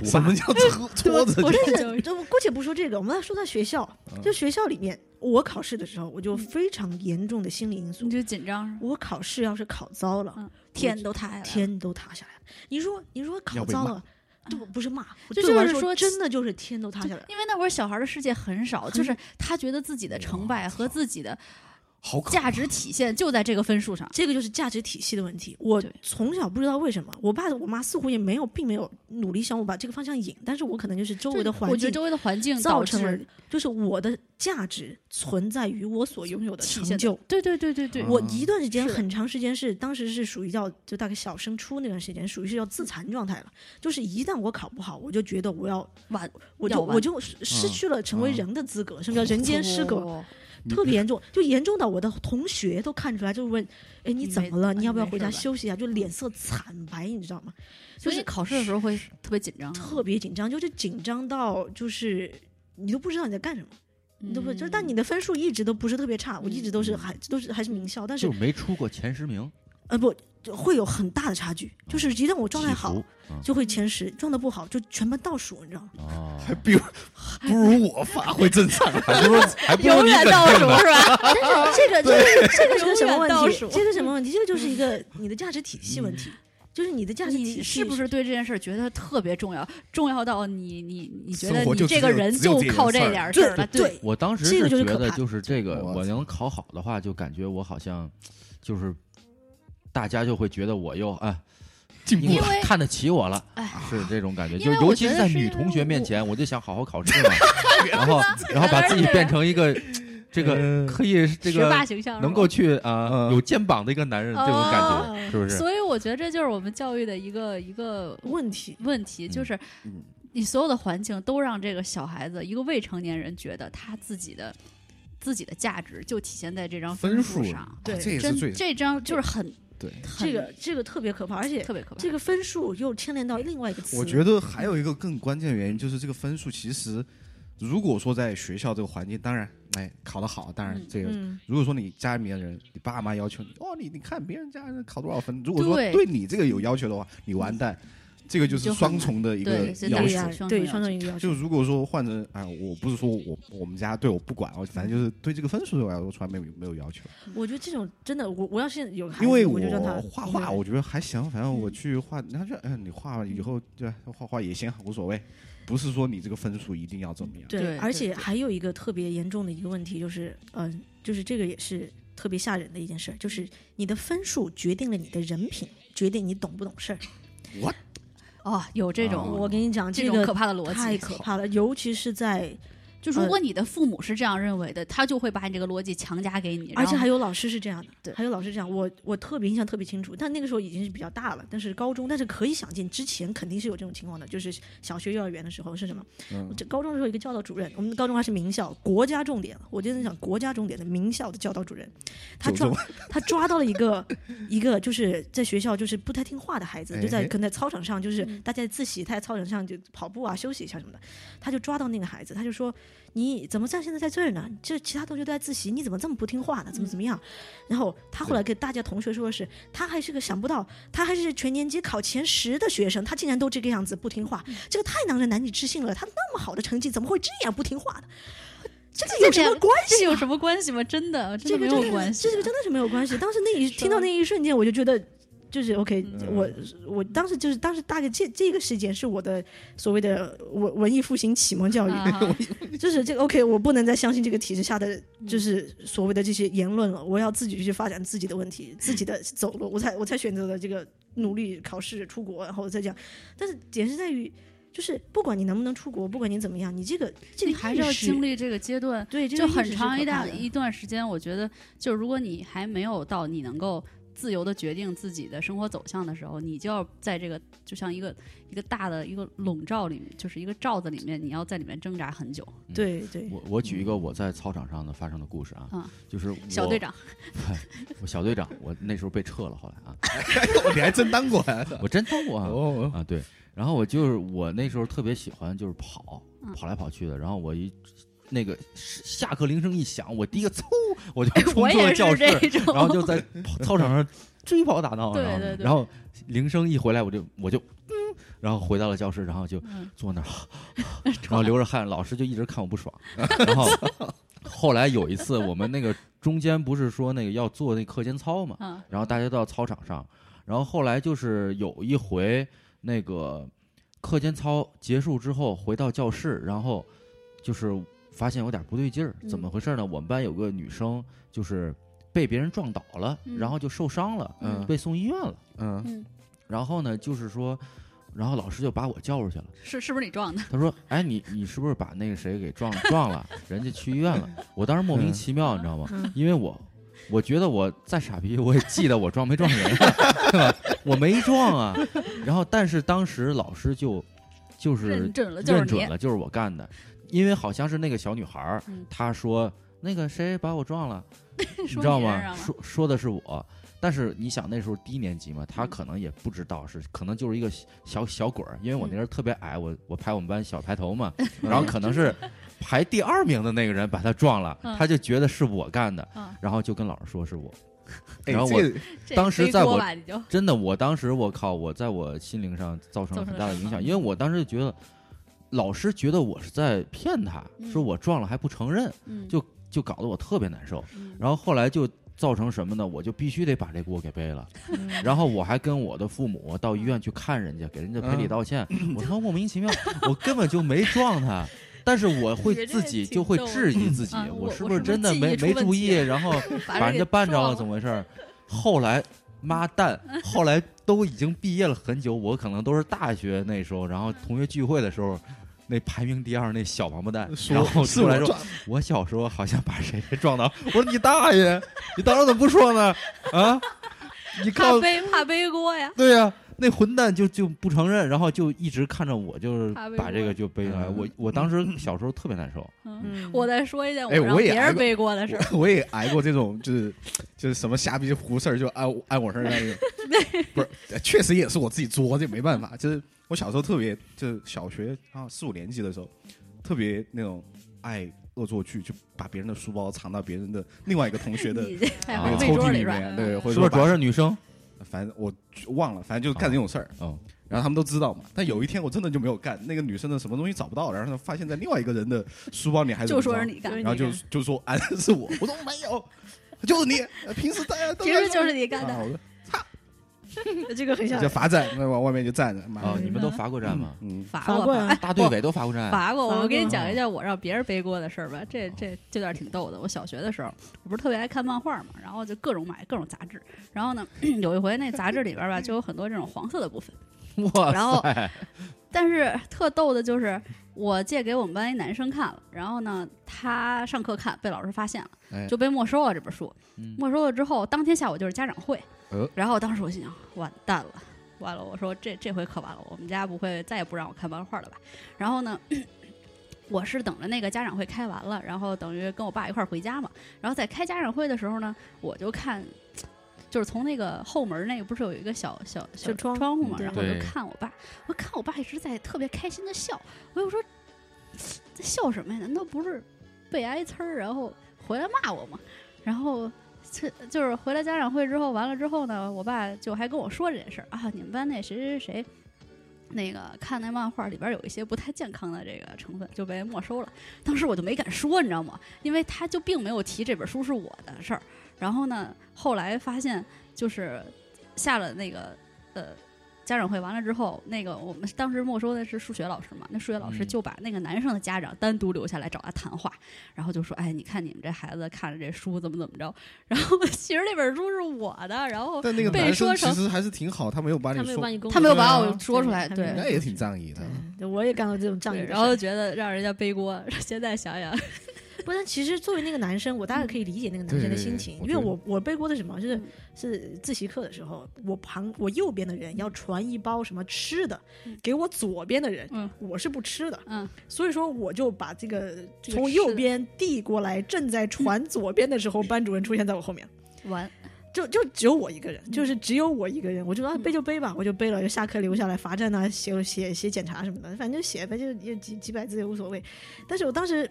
Speaker 6: 什么叫挫挫折教
Speaker 7: 我
Speaker 6: 育？
Speaker 7: 但是就姑且不说这个，我们来说到学校，
Speaker 6: 嗯
Speaker 7: 就学校里面，我考试的时候我就非常严重的心理因素
Speaker 5: 嗯你，就紧张是吧？
Speaker 7: 我考试要是考糟了，
Speaker 5: 嗯，
Speaker 7: 天
Speaker 5: 都塌下来
Speaker 7: 天都塌下来了。你说你说考
Speaker 6: 要被
Speaker 7: 糟
Speaker 6: 骂
Speaker 7: 了，对，不是骂，
Speaker 5: 就
Speaker 7: 对我来
Speaker 5: 就是
Speaker 7: 说
Speaker 5: 说
Speaker 7: 真的就是天都塌下来了。
Speaker 5: 因为那会儿小孩的世界很少，就是他觉得自己的成败和自己的
Speaker 6: 好可
Speaker 5: 价值体现就在这个分数上。
Speaker 7: 这个就是价值体系的问题。我
Speaker 5: 对
Speaker 7: 从小不知道为什么，我爸我妈似乎也没有，并没有努力向我把这个方向引，但是我可能就是 <laughs> 周围的
Speaker 5: 我
Speaker 7: 环
Speaker 5: 觉
Speaker 7: 境
Speaker 5: 得周围的环境
Speaker 7: 造
Speaker 5: 导
Speaker 7: 成了
Speaker 5: 致，
Speaker 7: 就是我的价值存在于我所拥有的
Speaker 5: 体
Speaker 7: 成
Speaker 5: 现的
Speaker 7: 就。
Speaker 5: 对对对对
Speaker 6: 啊
Speaker 5: 对，
Speaker 7: 我一段时间
Speaker 5: 嗯是的
Speaker 7: 很长时间是，当时是属于叫就大概小升初那段时间，属于是要自残状态了。就是一旦我考不好，我就觉得我要
Speaker 5: 完
Speaker 7: 我
Speaker 5: 要
Speaker 7: 就
Speaker 5: 完
Speaker 7: 我就失失
Speaker 6: 嗯
Speaker 7: 去了成为
Speaker 6: 嗯
Speaker 7: 人的资格，什么叫人间失格？
Speaker 5: 哦
Speaker 7: 特别严重，就严重到我的同学都看出来，就问：“哎，你
Speaker 5: 你
Speaker 7: 怎
Speaker 5: 没啊
Speaker 7: 么了？
Speaker 5: 你
Speaker 7: 你要不要
Speaker 5: 没
Speaker 7: 回
Speaker 5: 事
Speaker 7: 家
Speaker 5: 吧
Speaker 7: 休息一下？”就脸色惨白，你知道吗？就
Speaker 5: 所以
Speaker 7: 是
Speaker 5: 考试的时候会特别紧张，啊
Speaker 7: 特别紧张，就是紧张到就是你都不知道你在干什么，你都不就是，
Speaker 5: 嗯
Speaker 7: 但你的分数一直都不是特别差，我一直都是还都是还是名校，但是
Speaker 8: 就没出过前十名，
Speaker 7: 呃不，就会有很大的差距。就是一旦我状态
Speaker 8: 起
Speaker 7: 好
Speaker 8: 伏，嗯
Speaker 7: 就会前十；状态不好，就全班倒数，你知道吗？
Speaker 8: 哦，
Speaker 6: 比如不如我发挥正常，啊还不如还不
Speaker 5: 永远倒数是吧？ <laughs>
Speaker 7: 但是这个这个这个是个什么
Speaker 5: 永远倒
Speaker 7: 问题
Speaker 5: 数？
Speaker 7: 这个什么问题？这个就是一个你的价值体系问题，就是嗯你的价值体
Speaker 5: 你
Speaker 7: 系
Speaker 5: 是不是对这件事儿觉得特别重要？重要到你你你觉得
Speaker 6: 生活
Speaker 5: 你
Speaker 6: 就
Speaker 5: 这
Speaker 6: 只
Speaker 5: 个
Speaker 6: 有
Speaker 5: 人
Speaker 6: 只有
Speaker 5: 就
Speaker 6: 这件
Speaker 5: 靠
Speaker 6: 事
Speaker 5: 这
Speaker 6: 儿
Speaker 5: 点儿
Speaker 7: 对
Speaker 5: 事儿了？
Speaker 7: 对
Speaker 8: 我当时
Speaker 7: 这个
Speaker 8: 是
Speaker 7: 就是
Speaker 8: 觉
Speaker 7: 可
Speaker 8: 得
Speaker 7: 怕
Speaker 8: 就是这个，
Speaker 6: 我
Speaker 8: 我能考好的话，就感觉我好像就是大家就会觉得我又啊。
Speaker 6: 进
Speaker 8: 因
Speaker 6: 步
Speaker 8: 为
Speaker 6: 了？
Speaker 5: 因为
Speaker 8: 看得起我了
Speaker 5: 哎，
Speaker 7: 啊
Speaker 8: 是这种感觉，
Speaker 5: 因
Speaker 8: 就
Speaker 5: 为我
Speaker 8: 尤其
Speaker 5: 觉
Speaker 8: 是
Speaker 5: 得
Speaker 8: 在
Speaker 5: 是
Speaker 8: 女
Speaker 5: 因为
Speaker 8: 同学面
Speaker 5: 我
Speaker 8: 前，我就想好好考试
Speaker 7: <laughs>
Speaker 8: 嘛，然后然后把自己变成一个这个
Speaker 6: 嗯
Speaker 8: 可以这
Speaker 5: 学霸
Speaker 8: 个
Speaker 5: 形象是吧
Speaker 8: 能够去啊
Speaker 6: 嗯
Speaker 8: 有肩膀的一个男人这种感
Speaker 7: 哦嗯
Speaker 8: 觉，是不是？
Speaker 5: 所以我觉得这就是我们教育的一个一个
Speaker 7: 问题？
Speaker 5: 问题，
Speaker 6: 嗯
Speaker 5: 就是你所有的环境都让这个小孩子，一个未成年人觉得他自己的自己的价值就体现在这张
Speaker 6: 分
Speaker 5: 数
Speaker 6: 数啊
Speaker 5: 上。
Speaker 7: 对
Speaker 6: 这也是
Speaker 5: 真
Speaker 6: 最
Speaker 5: 这张就是很
Speaker 6: 对。
Speaker 5: 很
Speaker 7: 这个这个特别可怕，而且
Speaker 5: 特别可怕。
Speaker 7: 这个分数又牵连到另外一个词。
Speaker 6: 我觉得还有一个更关键的原因就是这个分数，其实如果说在学校这个环境，当然哎，考得好，当然
Speaker 5: 嗯
Speaker 6: 这个
Speaker 7: 嗯，
Speaker 6: 如果说你家里面的人，你爸妈要求你，哦，你你看别人家考多少分，如果说
Speaker 5: 对
Speaker 6: 对你这个有要求的话，你完蛋，这个就
Speaker 5: 你
Speaker 6: 是
Speaker 5: 就很
Speaker 6: 双重的一个
Speaker 5: 对是
Speaker 6: 要
Speaker 5: 打
Speaker 6: 求
Speaker 5: 压。
Speaker 7: 呀
Speaker 5: 求双重
Speaker 7: 对，
Speaker 5: 要
Speaker 7: 双重一个要
Speaker 6: 就
Speaker 7: 求，
Speaker 6: 如果说换成哎，我不是说我我们家对我不管，我反正就是对这个分数对我来说从来没有没有要求，
Speaker 7: 我觉得这种真的，我我要是有孩子，
Speaker 6: 因为
Speaker 7: 我
Speaker 6: 我
Speaker 7: 就让他
Speaker 6: 画画，我觉得还行，反正我去画，然后就嗯，你画以后对吧画画也行，无所谓，不是说你这个分数一定要怎么样。
Speaker 5: 对
Speaker 7: 而
Speaker 5: 对
Speaker 7: 且
Speaker 5: 对
Speaker 7: 还有一个特别严重的一个问题就是，嗯、就是这个也是特别吓人的一件事儿，就是你的分数决定了你的人品，决定你懂不懂事儿。
Speaker 5: 哦，有这
Speaker 6: 啊
Speaker 5: 种、
Speaker 7: 我跟你讲，
Speaker 5: 这
Speaker 7: 这
Speaker 5: 种
Speaker 7: 个
Speaker 5: 可怕的逻辑，
Speaker 7: 太可怕嗯了，尤其是在，
Speaker 5: 就如果你的父母是这样认为的，他就会把你这个逻辑强加给你，
Speaker 7: 而且
Speaker 5: 然后
Speaker 7: 还有老师是这样的，
Speaker 5: 对
Speaker 7: 还有老师这样，我我特别印象特别清楚，但那个时候已经是比较大了，但是高中，但是可以想见之前肯定是有这种情况的，就是小学、幼儿园的时候是什么？
Speaker 6: 嗯
Speaker 7: 这高中的时候有一个教导主任，我们高中还是名校，国家重点，我真的想国家重点的名校的教导主任，他
Speaker 6: 九
Speaker 7: 抓
Speaker 6: 中
Speaker 7: 他抓到了一个一个就是在学校就是不太听话的孩子，就在
Speaker 6: 哎
Speaker 7: 跟在操场上就是大家自习，他在操场上就跑步啊休息一下什么的，他就抓到那个孩子，他就说你怎么在现在在这儿呢？这其他同学都在自习，你怎么这么不听话呢？怎么怎么样？然后他后来跟大家同学说的是，他还是个想不到，他还是全年级考前十的学生，他竟然都这个样子不听话，
Speaker 5: 嗯
Speaker 7: 这个太让人难以置信了。他那么好的成绩，怎么会这样不听话
Speaker 5: <laughs>
Speaker 7: 呢？这个有什么关
Speaker 5: 这
Speaker 7: 系啊？
Speaker 5: 有什么关系吗？真的，真
Speaker 7: 这个
Speaker 5: 的没
Speaker 7: 真
Speaker 5: 有
Speaker 7: 的
Speaker 5: 关系
Speaker 7: 这个
Speaker 5: 啊。
Speaker 7: 真的是没有关系。当时那一
Speaker 5: 吧
Speaker 7: 听到那一瞬间，我就觉得就是 OK，、
Speaker 6: 嗯
Speaker 7: 我我当时就是当时大概这这个事件是我的所谓的文文艺复兴启蒙教育，
Speaker 5: 啊
Speaker 7: 就是这个 OK，我不能再相信这个体制下的
Speaker 5: 嗯
Speaker 7: 就是所谓的这些言论了，我要自己去发展自己的问题，自己
Speaker 5: <laughs>
Speaker 7: 的走路，我才我才选择了这个努力考试出国，然后再这样。但是点是在于，就是不管你能不能出国，不管你怎么样，你这个这个
Speaker 5: 你还是要
Speaker 7: 意识
Speaker 5: 经历这个阶段，
Speaker 7: 对，这个
Speaker 5: 就
Speaker 7: 意识
Speaker 5: 很
Speaker 7: 是
Speaker 5: 长
Speaker 7: 可
Speaker 5: 一
Speaker 7: 怕
Speaker 5: 大
Speaker 7: 的
Speaker 5: 一段时间，我觉得，就如果你还没有到你能够自由的决定自己的生活走向的时候，你就要在这个就像一个一个大的一个笼罩里面，就是一个罩子里面，你要在里面挣扎很久。
Speaker 7: 对
Speaker 5: <laughs>
Speaker 7: 对，
Speaker 8: 我我举一个我在操场上的发生的故事啊，
Speaker 5: 嗯
Speaker 8: 就是
Speaker 5: 小
Speaker 8: 我
Speaker 5: 队，长，
Speaker 8: 我小队长，我那时候被撤了，后
Speaker 5: <laughs>
Speaker 8: 来啊，
Speaker 6: 你还真当过啊？
Speaker 8: 我真当过啊，
Speaker 6: 哦，
Speaker 8: <laughs> 啊，对。然后我就是我那时候特别喜欢就是跑
Speaker 5: 嗯，
Speaker 8: 跑来跑去的。然后我一那个下课铃声一响，我第一个嗖我就冲
Speaker 5: <laughs> 我
Speaker 8: 出了
Speaker 5: 也
Speaker 8: 教
Speaker 5: 是
Speaker 8: 室，
Speaker 5: 这种，
Speaker 8: 然后就在跑操场上追跑打闹。
Speaker 5: 对
Speaker 8: 然后
Speaker 5: 对对
Speaker 8: 然后铃声一回来，我就我就嗯，然后回到了教室，然后就
Speaker 5: 嗯
Speaker 8: 坐
Speaker 5: <laughs>
Speaker 8: 那儿，然后流着汗，老师就一直看我不爽。然
Speaker 5: <laughs>
Speaker 8: 后后来有一次，我们那个中间不是说那个要做那课间操嘛，
Speaker 5: 嗯
Speaker 8: 然后大家到操场上，然后后来就是有一回那个课间操结束之后回到教室，然后就是发现有点不对劲儿，
Speaker 5: 嗯
Speaker 8: 怎么回事呢？我们班有个女生就是被别人撞倒了，
Speaker 5: 嗯
Speaker 8: 然后就受伤了，
Speaker 5: 嗯
Speaker 8: 被送医院了。
Speaker 6: 嗯，
Speaker 5: 嗯，
Speaker 8: 然后呢，就是说。然后老师就把我叫出去了，
Speaker 5: 是是不是你撞的？
Speaker 8: 他说：“哎，你你是不是把那个谁给撞撞了？人家去医院
Speaker 5: <laughs>
Speaker 8: 了。”我当时莫名其妙，你知道
Speaker 5: 嗯
Speaker 8: 吗？因为我我觉得我再傻逼，我也记得我撞没撞人， <laughs> 对吧？我没撞啊。然后，但是当时老师就就是
Speaker 5: 认准了就
Speaker 8: 认
Speaker 5: 是你 <laughs>
Speaker 8: 准。了就是我干的，因为好像是那个小女孩儿
Speaker 5: 嗯，
Speaker 8: 她说那个谁把我撞了，
Speaker 5: <laughs> 你
Speaker 8: 你知道吗？说说的是我，但是你想那时候低年级嘛，
Speaker 5: 嗯
Speaker 8: 她可能也不知道是，可能就是一个小小鬼儿，因为
Speaker 5: 嗯
Speaker 8: 我那时候特别矮，我我排我们班小排头
Speaker 5: <laughs>
Speaker 8: 嘛，然后可能是排第二名的那个人把她撞了，
Speaker 5: 嗯
Speaker 8: 她就觉得是我干的
Speaker 5: 嗯，
Speaker 8: 然后就跟老师说是我。
Speaker 6: 哎
Speaker 8: 然后
Speaker 6: 这
Speaker 8: 我
Speaker 6: 个
Speaker 8: 当时在我
Speaker 5: 吧，你
Speaker 6: <laughs>
Speaker 5: 就
Speaker 8: 真的，我当时我靠，我在我心灵上造成了很大的影
Speaker 5: 造成了
Speaker 8: 响，
Speaker 5: 伤
Speaker 8: 因为我当时就觉得老师觉得我是在骗他，
Speaker 5: 嗯
Speaker 8: 说我撞了还不承认，
Speaker 5: 嗯
Speaker 8: 就搞得我特别难受。
Speaker 5: 嗯
Speaker 8: 然后后来就造成什么呢？我就必须得把这锅给背了。
Speaker 5: 嗯
Speaker 8: 然后我还跟我的父母到医院去看人家，给人家赔礼道歉。
Speaker 5: 嗯
Speaker 8: 我他妈莫名其妙，我根本就没撞他。但是我会自己就会质疑自己
Speaker 5: 嗯啊，我
Speaker 8: 是不是
Speaker 5: 我是不是
Speaker 8: 真的
Speaker 5: 记忆
Speaker 8: 没
Speaker 5: 出
Speaker 8: 没
Speaker 5: 问
Speaker 8: 注
Speaker 5: 题啊
Speaker 8: 意，然后
Speaker 5: 把
Speaker 8: 把人
Speaker 5: 给
Speaker 8: 家绊着
Speaker 5: 撞
Speaker 8: 了，怎么回事
Speaker 5: <laughs>
Speaker 8: 儿？后来妈蛋，后来都已经毕业了很久，我可能都是大学那时候，然后同学聚会的时候，那排名第二那小王八蛋，然后
Speaker 6: 说是
Speaker 8: 出来说，
Speaker 6: 我撞，
Speaker 8: 我小时候好像把谁谁撞到，我说你大爷，你当时怎么不说呢？啊，你
Speaker 5: 怕
Speaker 8: 告
Speaker 5: 背怕背锅呀？
Speaker 8: 对呀、那混蛋就就不承认，然后就一直看着我，就是
Speaker 5: 怕被
Speaker 8: 把这
Speaker 5: 摸
Speaker 8: 个就背上来。我我当时小时候特别难受，
Speaker 5: 嗯，
Speaker 7: 嗯
Speaker 5: 我再说一件
Speaker 6: 哎
Speaker 5: 让
Speaker 6: 我也
Speaker 5: 别
Speaker 6: 挨
Speaker 5: 人
Speaker 6: 过
Speaker 5: 背锅的事儿。
Speaker 6: 我我也挨过这种，就是就是什么瞎逼胡事儿就按我按我身上 <laughs> 那种，不是，确实也是我自己作，这没办法。就是我小时候特别，就是小学啊四五年级的时候，特别那种爱恶作剧，就把别人的书包藏到别人的另外一个同学
Speaker 5: <laughs>
Speaker 6: 的
Speaker 5: 你这太
Speaker 6: 那
Speaker 5: 好
Speaker 6: 个
Speaker 5: 被
Speaker 6: 抽
Speaker 5: 桌
Speaker 6: 屉里
Speaker 5: 里边
Speaker 6: 面，对，
Speaker 5: 嗯
Speaker 6: 或者
Speaker 8: 是不是
Speaker 6: 说
Speaker 8: 主要是女生？
Speaker 6: 把反正我忘了，反正就是干这种事儿。
Speaker 8: 嗯，
Speaker 6: 然后他们都知道嘛。但有一天我真的就没有干，那个女生的什么东西找不到，然后她发现在另外一个人的书包里，还是
Speaker 5: 就说
Speaker 6: 怎
Speaker 5: 是
Speaker 6: 么着
Speaker 5: 你干
Speaker 7: 就是
Speaker 5: 的，
Speaker 6: 然后就就说啊 <laughs> 是我，我说没有，就是你，平时大家都
Speaker 5: 平时就是你干
Speaker 6: 啊
Speaker 5: 的，
Speaker 6: 我说
Speaker 5: 这个很像
Speaker 6: 就罚站，那往外面就站着，妈
Speaker 8: 啊，
Speaker 6: 的，
Speaker 8: 你们都罚过站吗？
Speaker 6: 嗯，
Speaker 5: 罚
Speaker 7: 罚
Speaker 5: 过
Speaker 7: 过
Speaker 5: 吧
Speaker 7: 呀
Speaker 5: 哎
Speaker 8: 大队
Speaker 5: 我
Speaker 8: 委都罚过站，
Speaker 5: 罚过
Speaker 7: 罚
Speaker 5: 我。我
Speaker 7: 过
Speaker 5: 给你
Speaker 7: 吗
Speaker 6: 啊
Speaker 5: 讲一件我让别人背锅的事儿吧，这这这段挺逗的。我小学的时候，我不是特别爱看漫画嘛，然后就各种买各种杂志。然后呢， <clears throat> 有一回那杂志里边吧，就有很多这种黄色的部分。 <laughs>
Speaker 8: 哇
Speaker 5: 然后
Speaker 8: 塞，
Speaker 5: 但是特逗的就是，我借给我们班一男生看了，然后呢，他上课看被老师发现
Speaker 8: 哎
Speaker 5: 了，就被没收了这本书。
Speaker 8: 嗯
Speaker 5: 没收了之后，当天下午就是家长会，
Speaker 8: 呃
Speaker 5: 然后当时我心想，完蛋了，完了，我说这这回可完了，我们家不会再也不让我看漫画了吧？然后呢？ <clears throat> 我是等着那个家长会开完了，然后等于跟我爸一块儿回家嘛。然后在开家长会的时候呢，我就看，就是从那个后门那个不是有一个小小小
Speaker 7: 小窗
Speaker 5: 窗户嘛，
Speaker 7: 嗯
Speaker 5: 然后我就
Speaker 8: 对
Speaker 5: 看我爸，我看我爸一直在特别开心的笑，我就说这笑什么呀？难道不是被挨呲儿然后回来骂我吗？然后这就是回来家长会之后，完了之后呢，我爸就还跟我说这件事儿啊，你们班那谁谁谁。那个看那漫画里边有一些不太健康的这个成分就被没收了，当时我就没敢说，你知道吗？因为他就并没有提这本书是我的事儿。然后呢，后来发现就是下了那个呃家长会完了之后，那个我们当时没收的是数学老师嘛，那数学老师
Speaker 8: 嗯
Speaker 5: 就把那个男生的家长单独留下来找他谈话，然后就说：“哎，你看你们这孩子看着这书怎么怎么着。”然后其实那本书是我的，然后
Speaker 6: 但那个
Speaker 5: 被
Speaker 6: 男
Speaker 5: 说
Speaker 6: 生
Speaker 5: 成
Speaker 6: 其实还是挺好，他没有把
Speaker 7: 他
Speaker 6: 你
Speaker 7: 没有
Speaker 6: 说
Speaker 7: 帮，你公
Speaker 5: 他没有
Speaker 6: 对
Speaker 5: 把
Speaker 6: 啊
Speaker 5: 我说出来，
Speaker 7: 对
Speaker 5: 对
Speaker 7: 他没
Speaker 6: 人
Speaker 7: 有
Speaker 6: 家也挺仗义的。
Speaker 7: 对我也干过这种仗义
Speaker 5: 对，
Speaker 7: 的事
Speaker 5: 然后觉得让人家背锅，现在想想，
Speaker 7: <laughs> 不但其实作为那个男生，我大概可以理解那个男生的心情，
Speaker 6: 对对
Speaker 7: 因为
Speaker 6: 对我觉得
Speaker 7: 我我背锅的是什么，就是
Speaker 5: 嗯
Speaker 7: 是自习课的时候，我旁我右边的人要传一包什么吃的
Speaker 5: 嗯
Speaker 7: 给我左边的人
Speaker 5: 嗯，
Speaker 7: 我是不吃的，
Speaker 5: 嗯，
Speaker 7: 所以说我就把这个
Speaker 5: 这个
Speaker 7: 从
Speaker 5: 吃
Speaker 7: 右
Speaker 5: 的
Speaker 7: 边递过来，正在
Speaker 5: <laughs>
Speaker 7: 传左边的时候，班主任出现在我后面。
Speaker 5: 完，
Speaker 7: 就就只有我一个人，就是只有我一个人，我就说、啊、
Speaker 5: 嗯
Speaker 7: 背就背吧，我就背了，就下课留下来罚站啊，写写写检查什么的，反正就写呗，就也几几百字也无所谓。但是我当时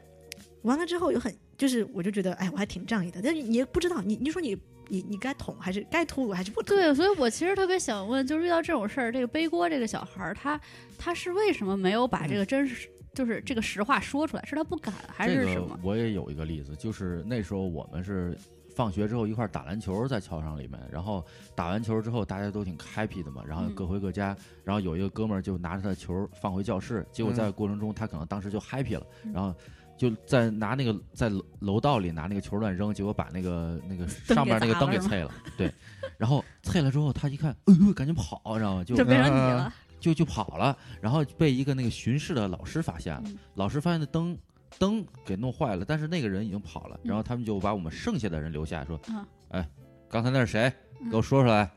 Speaker 7: 完了之后，有很就是我就觉得，哎，我还挺仗义的，但是你也不知道，你你说你你你该捅还是该吐还是不吐？
Speaker 5: 对，所以我其实特别想问，就是遇到这种事儿，这个背锅这个小孩儿，他他是为什么没有把这个真实，就是这个实话说出来？是他不敢，还
Speaker 8: 嗯这
Speaker 5: 是
Speaker 8: 个
Speaker 5: 什么？
Speaker 8: 我也有一个例子，就是那时候我们是放学之后一块儿打篮球在操场里面，然后打完球之后大家都挺 happy 的嘛，然后
Speaker 5: 嗯
Speaker 8: 各回各家，然后有一个哥们儿就拿着他的球放回教室，结果
Speaker 5: 嗯
Speaker 8: 在过程中他可能当时就 happy 了，然后。就在拿那个在楼楼道里拿那个球乱扔，结果把那个那个上面那个灯给
Speaker 5: 灯给砸
Speaker 8: 碎了，对，然后碎了之后他一看，哎呦，赶紧跑，你知道吗？就
Speaker 5: 就变成你
Speaker 6: 呃
Speaker 5: 了，
Speaker 8: 就就跑了，然后被一个那个巡视的老师发现了，
Speaker 5: 嗯
Speaker 8: 老师发现的灯灯给弄坏了，但是那个人已经跑了，
Speaker 5: 嗯
Speaker 8: 然后他们就把我们剩下的人留下，说，
Speaker 5: 嗯
Speaker 8: 哎，刚才那是谁？
Speaker 5: 嗯
Speaker 8: 给我说出来。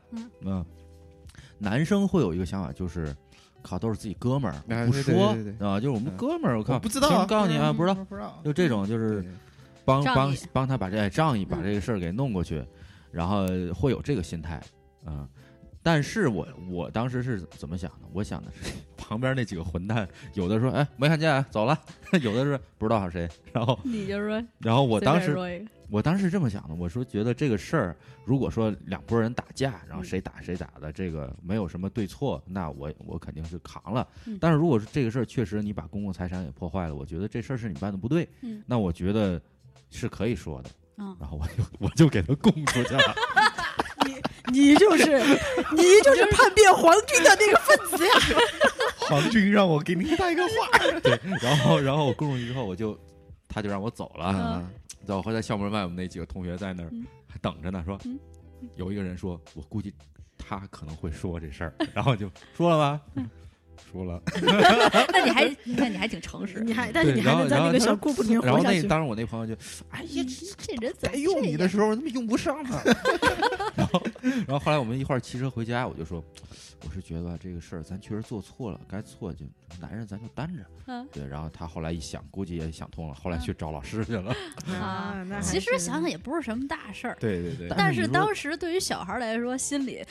Speaker 5: 嗯
Speaker 8: 男生会有一个想法就是。靠，都是自己哥们儿，我
Speaker 6: 哎
Speaker 8: 不
Speaker 6: 对对
Speaker 8: 说
Speaker 6: 对对
Speaker 8: 啊，就是我们
Speaker 6: 嗯
Speaker 8: 哥们儿，我靠，
Speaker 6: 我不知道啊
Speaker 8: 凭告诉你啊，不知道，
Speaker 6: 不知道，
Speaker 8: 就这种就是
Speaker 6: 对
Speaker 8: 帮
Speaker 5: 仗
Speaker 8: 帮
Speaker 5: 义
Speaker 8: 帮他把这哎仗义把
Speaker 5: 嗯
Speaker 8: 这个事儿给弄过去，然后会有这个心态，嗯。但是我我当时是怎么想的？我想的是 <laughs> 旁边那几个混蛋，有的说哎没看见啊走了， <laughs> 有的是不知道是谁，然后
Speaker 5: 你就说，
Speaker 8: 然后我
Speaker 5: 随
Speaker 8: 当
Speaker 5: 便
Speaker 8: 时
Speaker 5: 说一个
Speaker 8: 我当时是这么想的，我说觉得这个事儿，如果说两拨人打架，然后
Speaker 5: 嗯
Speaker 8: 谁打谁打的，这个没有什么对错，那我我肯定是扛了
Speaker 5: 嗯。
Speaker 8: 但是如果是这个事儿确实你把公共财产给破坏了，我觉得这事儿是你办的不对
Speaker 5: 嗯，
Speaker 8: 那我觉得是可以说的。
Speaker 5: 嗯
Speaker 8: 然后我就我就给他供出去了。
Speaker 7: 你就是 <laughs> 你就是叛变皇军的那个分子呀！
Speaker 6: 皇军让我给您带个话，
Speaker 8: 对， <laughs> 然后然后我供出去之后，我就他就让我走了。啊
Speaker 5: 嗯
Speaker 8: 在我后在校门外，我们那几个同学在那儿
Speaker 5: 嗯
Speaker 8: 还等着呢，说
Speaker 5: 嗯
Speaker 8: 有一个人说，我估计他可能会说这事儿， <laughs> 然后就说了吧，
Speaker 5: 嗯
Speaker 8: <laughs> 说了。
Speaker 5: 那你还那你还挺诚实，
Speaker 7: 你还但是
Speaker 8: 对
Speaker 7: 你还
Speaker 8: 然后
Speaker 7: 能在那
Speaker 8: 然后
Speaker 7: 个
Speaker 8: 他
Speaker 7: 小故事里面
Speaker 8: 然
Speaker 7: 活
Speaker 8: 后
Speaker 7: 下
Speaker 8: 那
Speaker 7: 去吗？
Speaker 8: 当时我那朋友就，哎呀，
Speaker 5: 这人怎
Speaker 8: 该
Speaker 5: 么
Speaker 8: 用
Speaker 5: 这
Speaker 8: 你的
Speaker 5: 样
Speaker 8: 时候怎么用不上呢？ <laughs> 然后，然后后来我们一块儿骑车回家，我就说，我是觉得吧，这个事儿咱确实做错了，该错就男人咱就担着。
Speaker 5: 嗯
Speaker 8: 对，然后他后来一想，估计也想通了，后来
Speaker 5: 嗯
Speaker 8: 去找老师去了。
Speaker 5: 啊
Speaker 7: 啊，那还
Speaker 5: 其实
Speaker 7: 是
Speaker 5: 想想也不是什么大事儿，
Speaker 6: 对对对，
Speaker 5: 但
Speaker 8: 是你
Speaker 5: 是
Speaker 8: 说
Speaker 5: 当时对于小孩儿来说，心里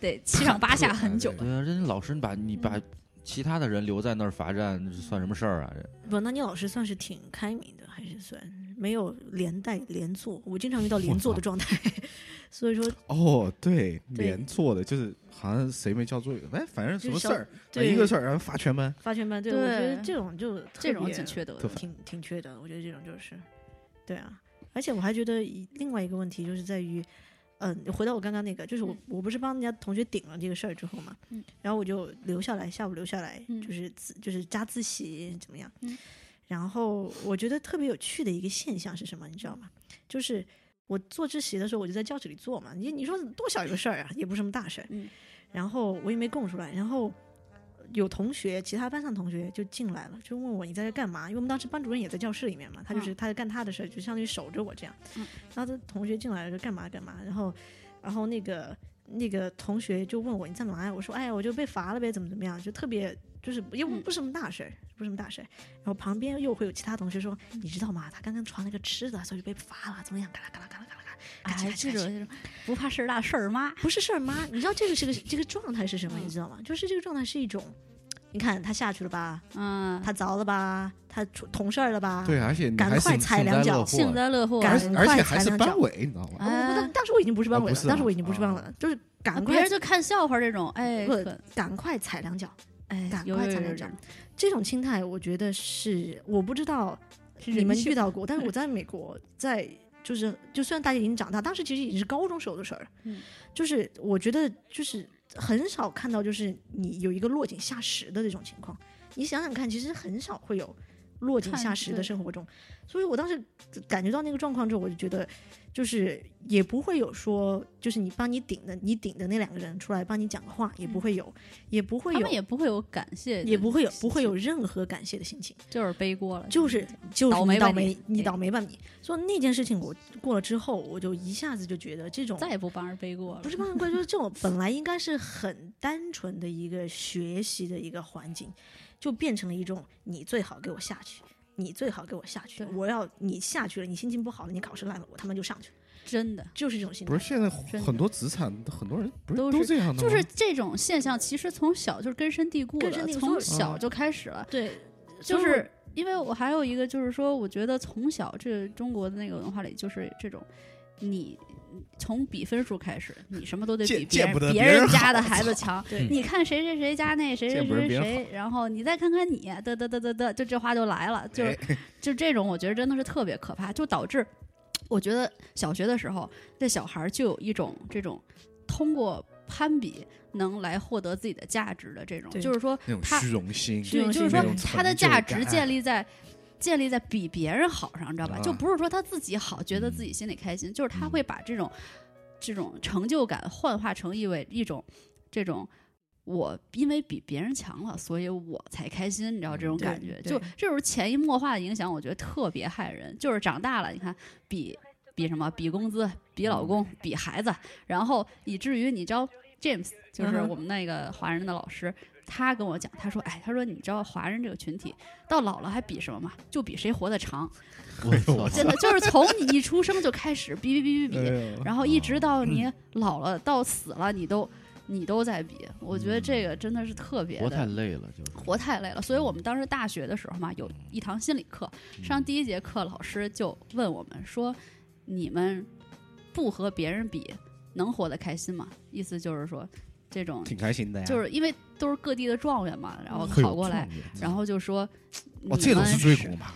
Speaker 5: 得七上八下很久。
Speaker 8: 对啊，人家老师你把你把其他的人留在那儿罚站，那是算什么事儿啊？这
Speaker 7: 不，那你老师算是挺开明的，还是算没有连带连坐。我经常遇到连坐的状态， <laughs> 所以说
Speaker 6: 哦，对，
Speaker 7: 对
Speaker 6: 连坐的，就是好像谁没交作业，哎，反正什么
Speaker 7: 就是
Speaker 6: 事
Speaker 7: 小
Speaker 6: 儿，
Speaker 5: 啊
Speaker 6: 哎
Speaker 7: 对
Speaker 6: 一个事儿，然后罚全班。
Speaker 7: 发全班，对我觉得
Speaker 5: 对
Speaker 7: 这种就特
Speaker 5: 这种
Speaker 7: 别
Speaker 5: 挺缺德
Speaker 6: 特
Speaker 5: 的
Speaker 6: 烦。
Speaker 7: 挺挺缺德的，我觉得这种就是，对啊，而且我还觉得一另外一个问题就是在于，嗯、回到我刚刚那个，就是我、
Speaker 5: 嗯
Speaker 7: 我不是帮人家同学顶了这个事儿之后嘛，
Speaker 5: 嗯
Speaker 7: 然后我就留下来，下午留下来，
Speaker 5: 嗯
Speaker 7: 就是自就是加自习怎么样？
Speaker 5: 嗯
Speaker 7: 然后我觉得特别有趣的一个现象是什么，你知道吗？就是我做自习的时候，我就在教室里做嘛，你你说多小一个事儿啊，也不是什么大事儿，
Speaker 5: 嗯
Speaker 7: 然后我也没供出来，然后。有同学，其他班上同学就进来了，就问我你在这干嘛？因为我们当时班主任也在教室里面嘛，他就是、他在干他的事儿，就相当于守着我这样。
Speaker 5: 嗯
Speaker 7: 然后这同学进来了就干嘛干嘛，然后然后那个那个同学就问我你在干嘛呀？我说哎呀我就被罚了呗，怎么怎么样，就特别就是也不
Speaker 5: 嗯
Speaker 7: 不是什么大事儿，不是什么大事儿。然后旁边又会有其他同学说
Speaker 5: 嗯
Speaker 7: 你知道吗？他刚刚传了个吃的，所以被罚了，怎么样？嘎啦嘎啦嘎啦嘎啦嘎啦，嘎
Speaker 5: 哎，
Speaker 7: 吱
Speaker 5: 记
Speaker 7: 嘎吱嘎吱
Speaker 5: 者就是不怕事儿大事儿妈，
Speaker 7: 不是事儿妈，你知道这个是个这个状态是什
Speaker 6: 嗯
Speaker 7: 么？你知道吗？就是这个状态是一种，你看他下去了吧，
Speaker 5: 嗯，
Speaker 7: 他凿了吧，他出同事儿了
Speaker 5: 啊
Speaker 7: 吧，
Speaker 6: 对，而且你
Speaker 7: 赶
Speaker 6: 还
Speaker 7: 快
Speaker 6: 幸
Speaker 7: 踩
Speaker 6: 幸
Speaker 7: 两
Speaker 6: 灾
Speaker 7: 脚
Speaker 6: 乐祸
Speaker 5: 幸
Speaker 6: 了，
Speaker 5: 灾乐祸，
Speaker 7: 赶快
Speaker 6: 而且而且还
Speaker 7: 踩
Speaker 6: 是
Speaker 7: 两
Speaker 6: 班
Speaker 7: 脚哦
Speaker 6: 委，你知道吗？
Speaker 7: 我不
Speaker 5: 哎
Speaker 7: 当当时我已经不是班
Speaker 6: 啊
Speaker 7: 委
Speaker 6: 不
Speaker 7: 了，
Speaker 6: 是
Speaker 7: 当时
Speaker 6: 啊
Speaker 7: 我已经不是班委了，就是赶
Speaker 5: 别
Speaker 7: 快
Speaker 5: 人就看笑话这种，哎，
Speaker 7: 啊不
Speaker 5: 可
Speaker 7: 赶快踩两脚，
Speaker 5: 哎，
Speaker 7: 赶
Speaker 5: 有
Speaker 7: 快
Speaker 5: 有
Speaker 7: 踩
Speaker 5: 有
Speaker 7: 两
Speaker 5: 有
Speaker 7: 脚
Speaker 5: 有，
Speaker 7: 这种心态我觉得是我不知道
Speaker 5: 是
Speaker 7: 你
Speaker 5: 人
Speaker 7: 们
Speaker 5: 性
Speaker 7: 遇
Speaker 5: <laughs>
Speaker 7: 到过，但是我在美国在。就是，就虽然大家已经长大，当时其实已经是高中时候的事儿了。
Speaker 5: 嗯，
Speaker 7: 就是我觉得就是很少看到，就是你有一个落井下石的这种情况。你想想看，其实很少会有落井
Speaker 5: 看
Speaker 7: 下石的
Speaker 5: 对
Speaker 7: 生活中。所以我当时感觉到那个状况之后，我就觉得，就是也不会有说，就是你帮你顶的，你顶的那两个人出来帮你讲个话，也不会有，也不会
Speaker 5: 嗯他
Speaker 7: 有
Speaker 5: 们，也不会有感谢，
Speaker 7: 也不会有，不会有，任何感谢的心情。
Speaker 5: 就是背锅了，
Speaker 7: 就是就是
Speaker 5: 嗯倒
Speaker 7: 你
Speaker 5: 霉吧
Speaker 7: 倒霉
Speaker 5: 你，
Speaker 7: 你
Speaker 5: 哎
Speaker 7: 倒霉吧你。所以那件事情我过了之后，我就一下子就觉得这种
Speaker 5: 再也不帮人背锅了，
Speaker 7: 不是帮人怪，就是这种本来应该是很单纯的一个学习的一个环境，就变成了一种你最好给我下去，你最好给我下去，
Speaker 5: 对
Speaker 7: 我要你下去了，你心情不好了，你考试烂了，我他妈就上去了，
Speaker 5: 真的。
Speaker 7: 就是这种心态。
Speaker 6: 不是现在
Speaker 5: 真的
Speaker 6: 很多职场很多人不是
Speaker 5: 都
Speaker 6: 都
Speaker 5: 是
Speaker 6: 这样的吗？
Speaker 5: 就是这种现象，其实从小就是根深蒂固
Speaker 7: 根深
Speaker 5: 的
Speaker 7: 蒂，固
Speaker 5: 从
Speaker 7: 所以
Speaker 5: 小就开始了。
Speaker 7: 对，
Speaker 5: 就
Speaker 7: 所以我
Speaker 5: 是因为我还有一个，就是说，我觉得从小这中国的那个文化里，就是这种，你从比分数开始，你什么都得
Speaker 6: 见
Speaker 5: 比别
Speaker 6: 见不
Speaker 5: 人
Speaker 6: 得
Speaker 5: 别
Speaker 6: 别人
Speaker 5: 人家
Speaker 6: 好
Speaker 5: 的孩子强。
Speaker 7: 对
Speaker 5: 你看谁谁谁家那谁谁
Speaker 6: 见不得
Speaker 5: 谁
Speaker 6: 别人
Speaker 5: 谁，然后你再看看你，得得得得得，就这话就来了，就是
Speaker 6: 哎
Speaker 5: 就这种，我觉得真的是特别可怕，就导致我觉得小学的时候，这小孩儿就有一种这种通过攀比能来获得自己的价值的这种，
Speaker 7: 对
Speaker 5: 就是说
Speaker 6: 那种
Speaker 5: 他
Speaker 6: 虚荣心，
Speaker 7: 虚
Speaker 5: 对，
Speaker 7: 荣
Speaker 5: 就
Speaker 7: 心
Speaker 5: 是说
Speaker 6: 那种
Speaker 5: 他的
Speaker 6: 成就
Speaker 5: 价值
Speaker 6: 感
Speaker 5: 建立在。建立在比别人好上，你知道吧？
Speaker 6: 啊
Speaker 5: 就不是说他自己好，觉得
Speaker 8: 嗯
Speaker 5: 自己心里开心，就是他
Speaker 8: 嗯
Speaker 5: 会把这种这种成就感幻化成一为一种这种我因为比别人强了，所以我才开心，你知
Speaker 6: 嗯
Speaker 5: 道这种
Speaker 7: 对
Speaker 5: 感觉，
Speaker 7: 对
Speaker 5: 就这种潜移默化的影响，我觉得特别害人。就是长大了，你看比比什么，比工资，比老公，比孩子，然后以至于你知道 James 就是
Speaker 7: 嗯哼
Speaker 5: 我们那个华人的老师。他跟我讲，他说：“哎，他说你知道华人这个群体到老了还比什么吗？就比谁活得长。
Speaker 8: 我
Speaker 5: 真的就是从你一出生就开始比比比比比，
Speaker 6: 哎呦
Speaker 5: 然后一直到你老了到死了，你都你都在比，我觉得这个真的是特别
Speaker 8: 活太
Speaker 5: 的。
Speaker 8: 累了，就是
Speaker 5: 活太累了，所以我们当时大学的时候嘛，
Speaker 6: 嗯
Speaker 5: 有一堂心理课，上第一节课，老师就问我们说：“你们不和别人比，能活得开心吗？”意思就是说，这种
Speaker 6: 挺开心的呀。
Speaker 5: 就是因为都是各地的状元嘛，
Speaker 8: 嗯
Speaker 5: 然后
Speaker 6: 会有
Speaker 5: 考过来，
Speaker 6: 状元，
Speaker 5: 然后就说：“你
Speaker 6: 哦，这种
Speaker 5: 们
Speaker 6: 是最可怕的。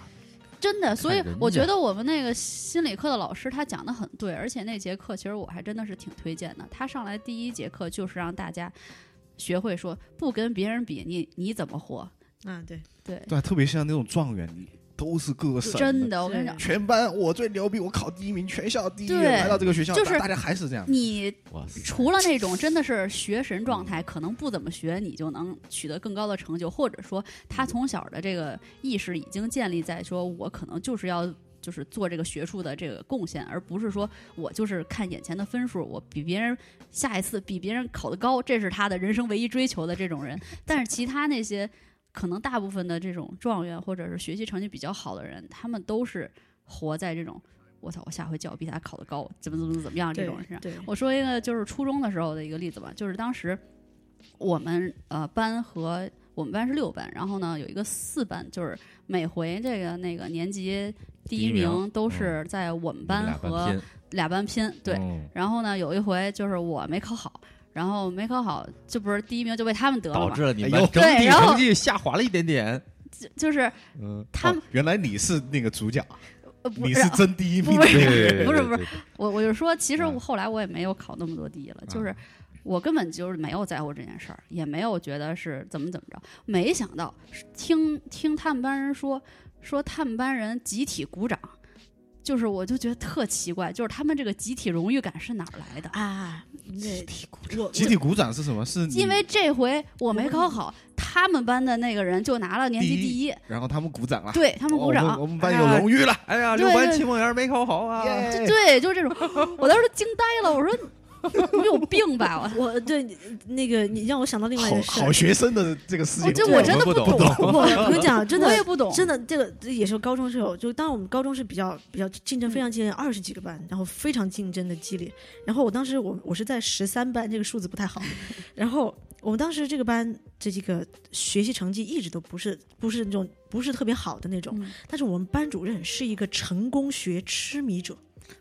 Speaker 5: 真的，所以
Speaker 8: 人
Speaker 5: 我
Speaker 8: 家
Speaker 5: 觉得我们那个心理课的老师他讲的很对，而且那节课其实我还真的是挺推荐的。他上来第一节课就是让大家学会说不跟别人比，你你怎么活？
Speaker 7: 啊，对，
Speaker 5: 对，
Speaker 6: 对啊，特别像那种状元，你都是各个省
Speaker 5: 真
Speaker 6: 的，
Speaker 5: 的，我跟你讲，
Speaker 6: 全班我最牛逼，我考第一名，全校第一，
Speaker 5: 对
Speaker 6: 来到这个学校，
Speaker 5: 就是
Speaker 6: 大大家还是这样。
Speaker 5: 你
Speaker 8: 哇塞，
Speaker 5: 除了那种真的是学神状态，可能不怎么学，你就能取得更高的成就，或者说他从小的这个意识已经建立在说，我可能就是要就是做这个学术的这个贡献，而不是说我就是看眼前的分数，我比别人下一次比别人考得高，这是他的人生唯一追求的这种人。但是其他那些可能大部分的这种状元或者是学习成绩比较好的人，他们都是活在这种。我操！我下回叫我比他考得高，怎么怎么怎么样这
Speaker 7: 对
Speaker 5: 种身上，
Speaker 7: 对，
Speaker 5: 我说一个就是初中的时候的一个例子吧，就是当时我们呃班和我们班是六班，然后呢有一个四班，就是每回这个那个年级第
Speaker 8: 第一
Speaker 5: 一
Speaker 8: 名嗯
Speaker 5: 名都是在我们班
Speaker 8: 俩半
Speaker 5: 和
Speaker 8: 天，
Speaker 5: 俩班拼，对。
Speaker 8: 嗯
Speaker 5: 然后呢有一回就是我没考好，然后没考好，这不是第一名就被他们得了
Speaker 8: 导
Speaker 5: 嘛，
Speaker 8: 致了你
Speaker 6: 哎
Speaker 8: 们
Speaker 6: 呦
Speaker 8: 整
Speaker 5: 对
Speaker 8: 体
Speaker 5: 然后
Speaker 8: 成绩下滑了一点点。
Speaker 5: 就就是
Speaker 8: 嗯，
Speaker 5: 他们
Speaker 6: 哦原来你是那个主角，
Speaker 5: 呃不
Speaker 6: 你
Speaker 5: 让
Speaker 6: 是真第一名
Speaker 5: 不。是
Speaker 8: 对对对
Speaker 5: 不是
Speaker 8: 对
Speaker 5: 不是
Speaker 8: 对
Speaker 5: 我我就说，其实
Speaker 8: 嗯
Speaker 5: 我后来我也没有考那么多第一了，
Speaker 6: 嗯
Speaker 5: 就是我根本就是没有在乎这件事儿，也没有觉得是怎么怎么着。没想到是听听他们班人说，说他们班人集体鼓掌，就是我就觉得特奇怪，就是他们这个集体荣誉感是哪儿来
Speaker 6: 哎
Speaker 5: 的？
Speaker 7: 啊，集体鼓掌
Speaker 6: 集体鼓掌是什么？是你嗯
Speaker 5: 因为这回我没考好，他们班的那个人就拿了年级
Speaker 6: 第一
Speaker 5: 第一，
Speaker 6: 然后他们鼓掌了，
Speaker 5: 对他们
Speaker 6: 哦
Speaker 5: 鼓掌
Speaker 6: 我们我，们班有荣誉了，
Speaker 8: 哎呀，
Speaker 5: 对
Speaker 8: 六班
Speaker 5: 对
Speaker 8: 秦梦园没考好啊！
Speaker 5: 就对，就是这种，我当时都惊呆了，我说 <laughs> 你有病吧，我
Speaker 7: 我对你那个你让我想到另外一
Speaker 6: 好
Speaker 7: 个事儿
Speaker 6: 好，学生的这个世界
Speaker 5: 我这
Speaker 6: 观，
Speaker 5: 哦我真的
Speaker 8: 不懂
Speaker 5: 不懂，
Speaker 7: 我我跟你讲，真的
Speaker 5: 我也不懂，
Speaker 7: 真的，这个这也是高中时候，就当我们高中是比较比较竞
Speaker 5: 嗯
Speaker 7: 争非常激烈，二十几个班，然后非常竞争的激烈。然后我当时我我是在十三班，这个数字不太
Speaker 5: <laughs>
Speaker 7: 好。然后我们当时这个班这几个学习成绩一直都不是不是那种不是特别好的那种，
Speaker 5: 嗯
Speaker 7: 但是我们班主任是一个成功学痴迷者，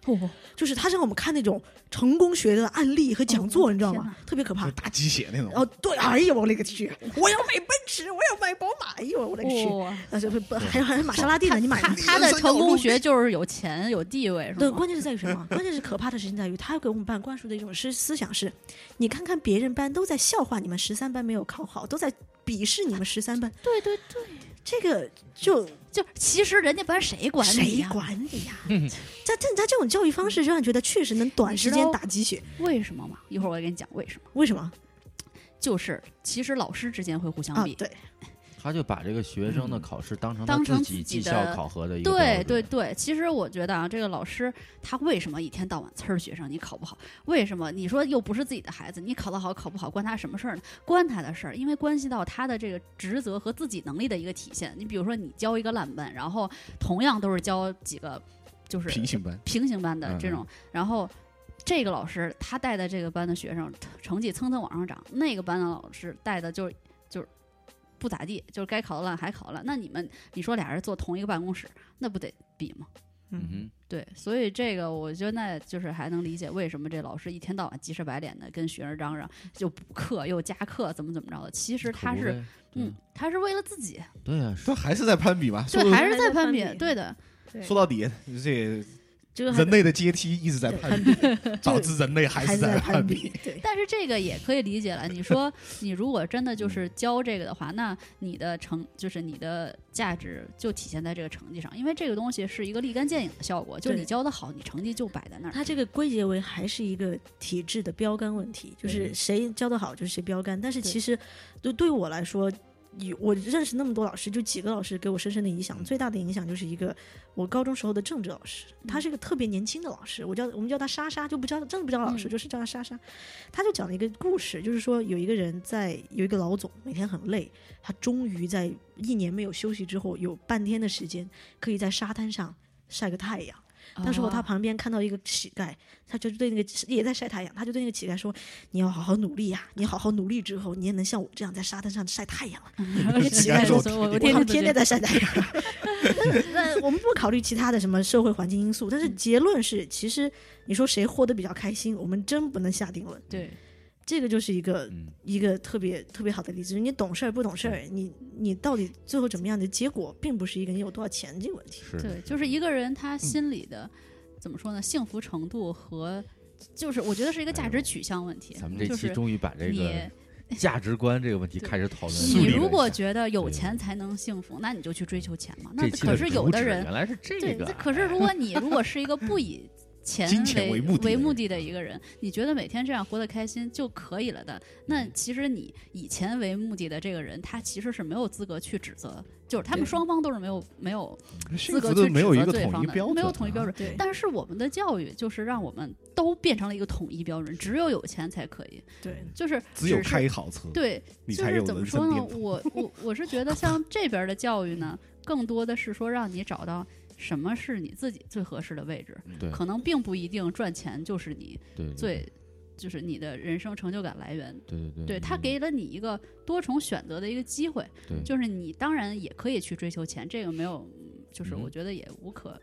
Speaker 5: 哦
Speaker 7: 就是他让我们看那种成功学的案例和讲座，
Speaker 5: 哦
Speaker 7: 你知道
Speaker 5: 天
Speaker 7: 吗？特别可怕
Speaker 6: 就。打鸡血那种。
Speaker 7: 哦，对，哎呦我勒个去！我要买奔驰，我要买宝马，哎呦我勒个去！
Speaker 5: 哇
Speaker 7: 啊，就不不还有还有玛莎拉蒂呢，你买
Speaker 5: 他
Speaker 7: 一个
Speaker 5: 他的成功学就是有钱有地位，是
Speaker 7: 对，
Speaker 5: 吗？
Speaker 7: 关键是在于什么？关键是可怕的事情在于，他给我们班灌输的一种是思想是，你看看别人班都在笑话你们十三班没有考好，都在鄙视你们十三班，
Speaker 5: 对对对，
Speaker 7: 这个就
Speaker 5: 就其实人家班谁管你
Speaker 7: 谁
Speaker 5: 呀？
Speaker 7: 管你呀、 <laughs> 他他他这种教育方式，让人觉得确实能短时
Speaker 5: 你知
Speaker 7: 间
Speaker 5: 道
Speaker 7: 打鸡血。
Speaker 5: 为什么嘛？一会儿我给你讲为什么。
Speaker 7: 为什么
Speaker 5: 就是其实老师之间会互相
Speaker 7: 啊？
Speaker 5: 比，
Speaker 7: 对，
Speaker 8: 他就把这个学生的考试当成他
Speaker 5: 当成
Speaker 8: 自己
Speaker 5: 自己
Speaker 8: 绩
Speaker 5: 的
Speaker 8: 效考核的一个
Speaker 5: 对
Speaker 8: 标准
Speaker 5: 对对，其实我觉得啊，这个老师他为什么一天到晚呲儿学生你考不好？为什么你说又不是自己的孩子，你考得好考不好关他什么事儿呢？关他的事儿，因为关系到他的这个职责和自己能力的一个体现。你比如说你教一个烂班，然后同样都是教几个就是
Speaker 6: 平行班，
Speaker 5: 平行班的
Speaker 6: 嗯
Speaker 5: 这种，然后这个老师他带的这个班的学生成绩蹭蹭往上涨，那个班的老师带的就是就是不咋地，就是该考的烂还考的烂。那你们你说俩人坐同一个办公室，那不得比吗？
Speaker 8: 嗯
Speaker 5: 对，所以这个我觉得那就是还能理解为什么这老师一天到晚急赤白脸的跟学生嚷嚷，就补课又加课，怎么怎么着的。其实
Speaker 8: 哼，
Speaker 5: 他
Speaker 8: 可不
Speaker 5: 是
Speaker 8: 呗
Speaker 5: 嗯，他是为了自己，
Speaker 8: 对啊呀，
Speaker 6: 他还是在攀比嘛。说
Speaker 5: 对，还
Speaker 7: 还
Speaker 5: 是
Speaker 7: 在
Speaker 5: 在攀
Speaker 7: 攀
Speaker 5: 比
Speaker 7: 比，
Speaker 5: 对的。
Speaker 6: 说到底，这
Speaker 7: 这个还
Speaker 6: 人类的阶梯一直在攀比，导致人类还
Speaker 7: 还
Speaker 6: 是
Speaker 7: 是在
Speaker 6: 攀
Speaker 7: 攀
Speaker 6: 比。，
Speaker 7: 对，
Speaker 5: 但是这个也可以理解了。你说你如果真的就是
Speaker 8: 嗯
Speaker 5: 教这个的话，那你的成就是你的价值就体现在这个成绩上，因为这个东西是一个立竿见影的效果，就是
Speaker 7: 对
Speaker 5: 你教的好，你成绩就摆在那儿。
Speaker 7: 他这个归结为还是一个体制的标杆问题，就是谁教的好就是谁标杆。但是
Speaker 5: 对
Speaker 7: 其实对对我来说，有我认识那么多老师，就几个老师给我深深的影响。最大的影响就是一个我高中时候的政治老师，
Speaker 5: 嗯
Speaker 7: 他是一个特别年轻的老师，我叫我们叫他莎莎，就不叫真的不叫老师，
Speaker 5: 嗯
Speaker 7: 就是叫他莎莎。他就讲了一个故事，就是说有一个人在有一个老总每天很累，他终于在一年没有休息之后，有半天的时间可以在沙滩上晒个太阳。当时我他
Speaker 5: 啊
Speaker 7: 旁边看到一个乞丐，他就对那个也在晒太阳，他就对那个乞丐说：“你要好好努力呀、你好好努力之后，你也能像我这样在沙滩上晒太阳了。
Speaker 5: 我是 <laughs> 乞丐
Speaker 6: 说
Speaker 5: 说我
Speaker 7: 我
Speaker 5: 我
Speaker 7: 天天
Speaker 5: 天天
Speaker 7: 天在晒太阳。 <laughs> 但我们不考虑其他的什么社会环境因素，但是结论是，其实你说谁活得比较开心，我们真不能下定论。
Speaker 5: 对
Speaker 7: 这个就是一个、
Speaker 8: 嗯
Speaker 7: 一个特别特别好的例子，就是你懂事儿不懂事儿，你你到底最后怎么样的结果，并不是一个你有多少钱这个问题。
Speaker 8: 是
Speaker 5: 对，就是一个人他
Speaker 8: 嗯
Speaker 5: 心里的怎么说呢，幸福程度和就是我觉得是一个价值取向问题。
Speaker 8: 哎咱们这
Speaker 5: 就
Speaker 8: 期
Speaker 5: 是
Speaker 8: 终于把这
Speaker 5: 你
Speaker 8: 个
Speaker 5: <laughs>
Speaker 8: 价值观这个问题
Speaker 5: 对
Speaker 8: 开始讨论了。
Speaker 5: 你如果觉得有
Speaker 8: 对
Speaker 5: 钱才能幸福，那你就去追求钱嘛。那
Speaker 8: 这期
Speaker 5: 可是有
Speaker 8: 主
Speaker 5: 的
Speaker 8: 旨
Speaker 5: 人
Speaker 8: 原来是这
Speaker 5: 对，
Speaker 8: 个
Speaker 5: 这
Speaker 8: 啊，
Speaker 5: 可是如果你如果是一个不
Speaker 6: <laughs>
Speaker 5: 以钱
Speaker 6: 金钱
Speaker 5: 为
Speaker 6: 为目的的人
Speaker 5: 目的的一个人，你觉得每天这样活得开心就可以了的，那
Speaker 6: 嗯
Speaker 5: 其实你以钱为目的的这个人，他其实是没有资格去指责，就是他们双方都是没有没有
Speaker 6: 幸
Speaker 5: 资
Speaker 6: 福
Speaker 5: 格
Speaker 6: 的
Speaker 5: 去
Speaker 6: 没有一
Speaker 5: 指
Speaker 6: 个
Speaker 5: 责对
Speaker 6: 统
Speaker 5: 方
Speaker 6: 一
Speaker 5: 的
Speaker 6: 标准，
Speaker 5: 没
Speaker 6: 啊
Speaker 5: 有统一标准。
Speaker 7: 对
Speaker 5: 但是我们的教育就是让我们都变成了一个统一标准，只有有钱才可以，
Speaker 7: 对，
Speaker 5: 就是
Speaker 6: 只有
Speaker 5: 是
Speaker 6: 开好
Speaker 8: 嗯
Speaker 6: 车，
Speaker 5: 对，
Speaker 6: 你
Speaker 5: 就
Speaker 6: 才
Speaker 5: 是
Speaker 6: 有
Speaker 5: 怎么
Speaker 6: 人
Speaker 5: 说
Speaker 6: 生
Speaker 5: 呢
Speaker 6: 巅？峰。
Speaker 5: 我我我是觉得像这边的教育呢，更多的是说让你找到什么是你自己最合适的位置，
Speaker 8: 对嗯
Speaker 5: 可能并不一定赚钱就是你
Speaker 8: 对对
Speaker 5: 最就是你的人生成就感来源。
Speaker 8: 对对对，
Speaker 5: 对他
Speaker 8: 嗯
Speaker 5: 给了你一个多重选择的一个机会，
Speaker 8: 对
Speaker 5: 就是你当然也可以去追求钱，这个没有，就是
Speaker 8: 嗯
Speaker 5: 我觉得也无可，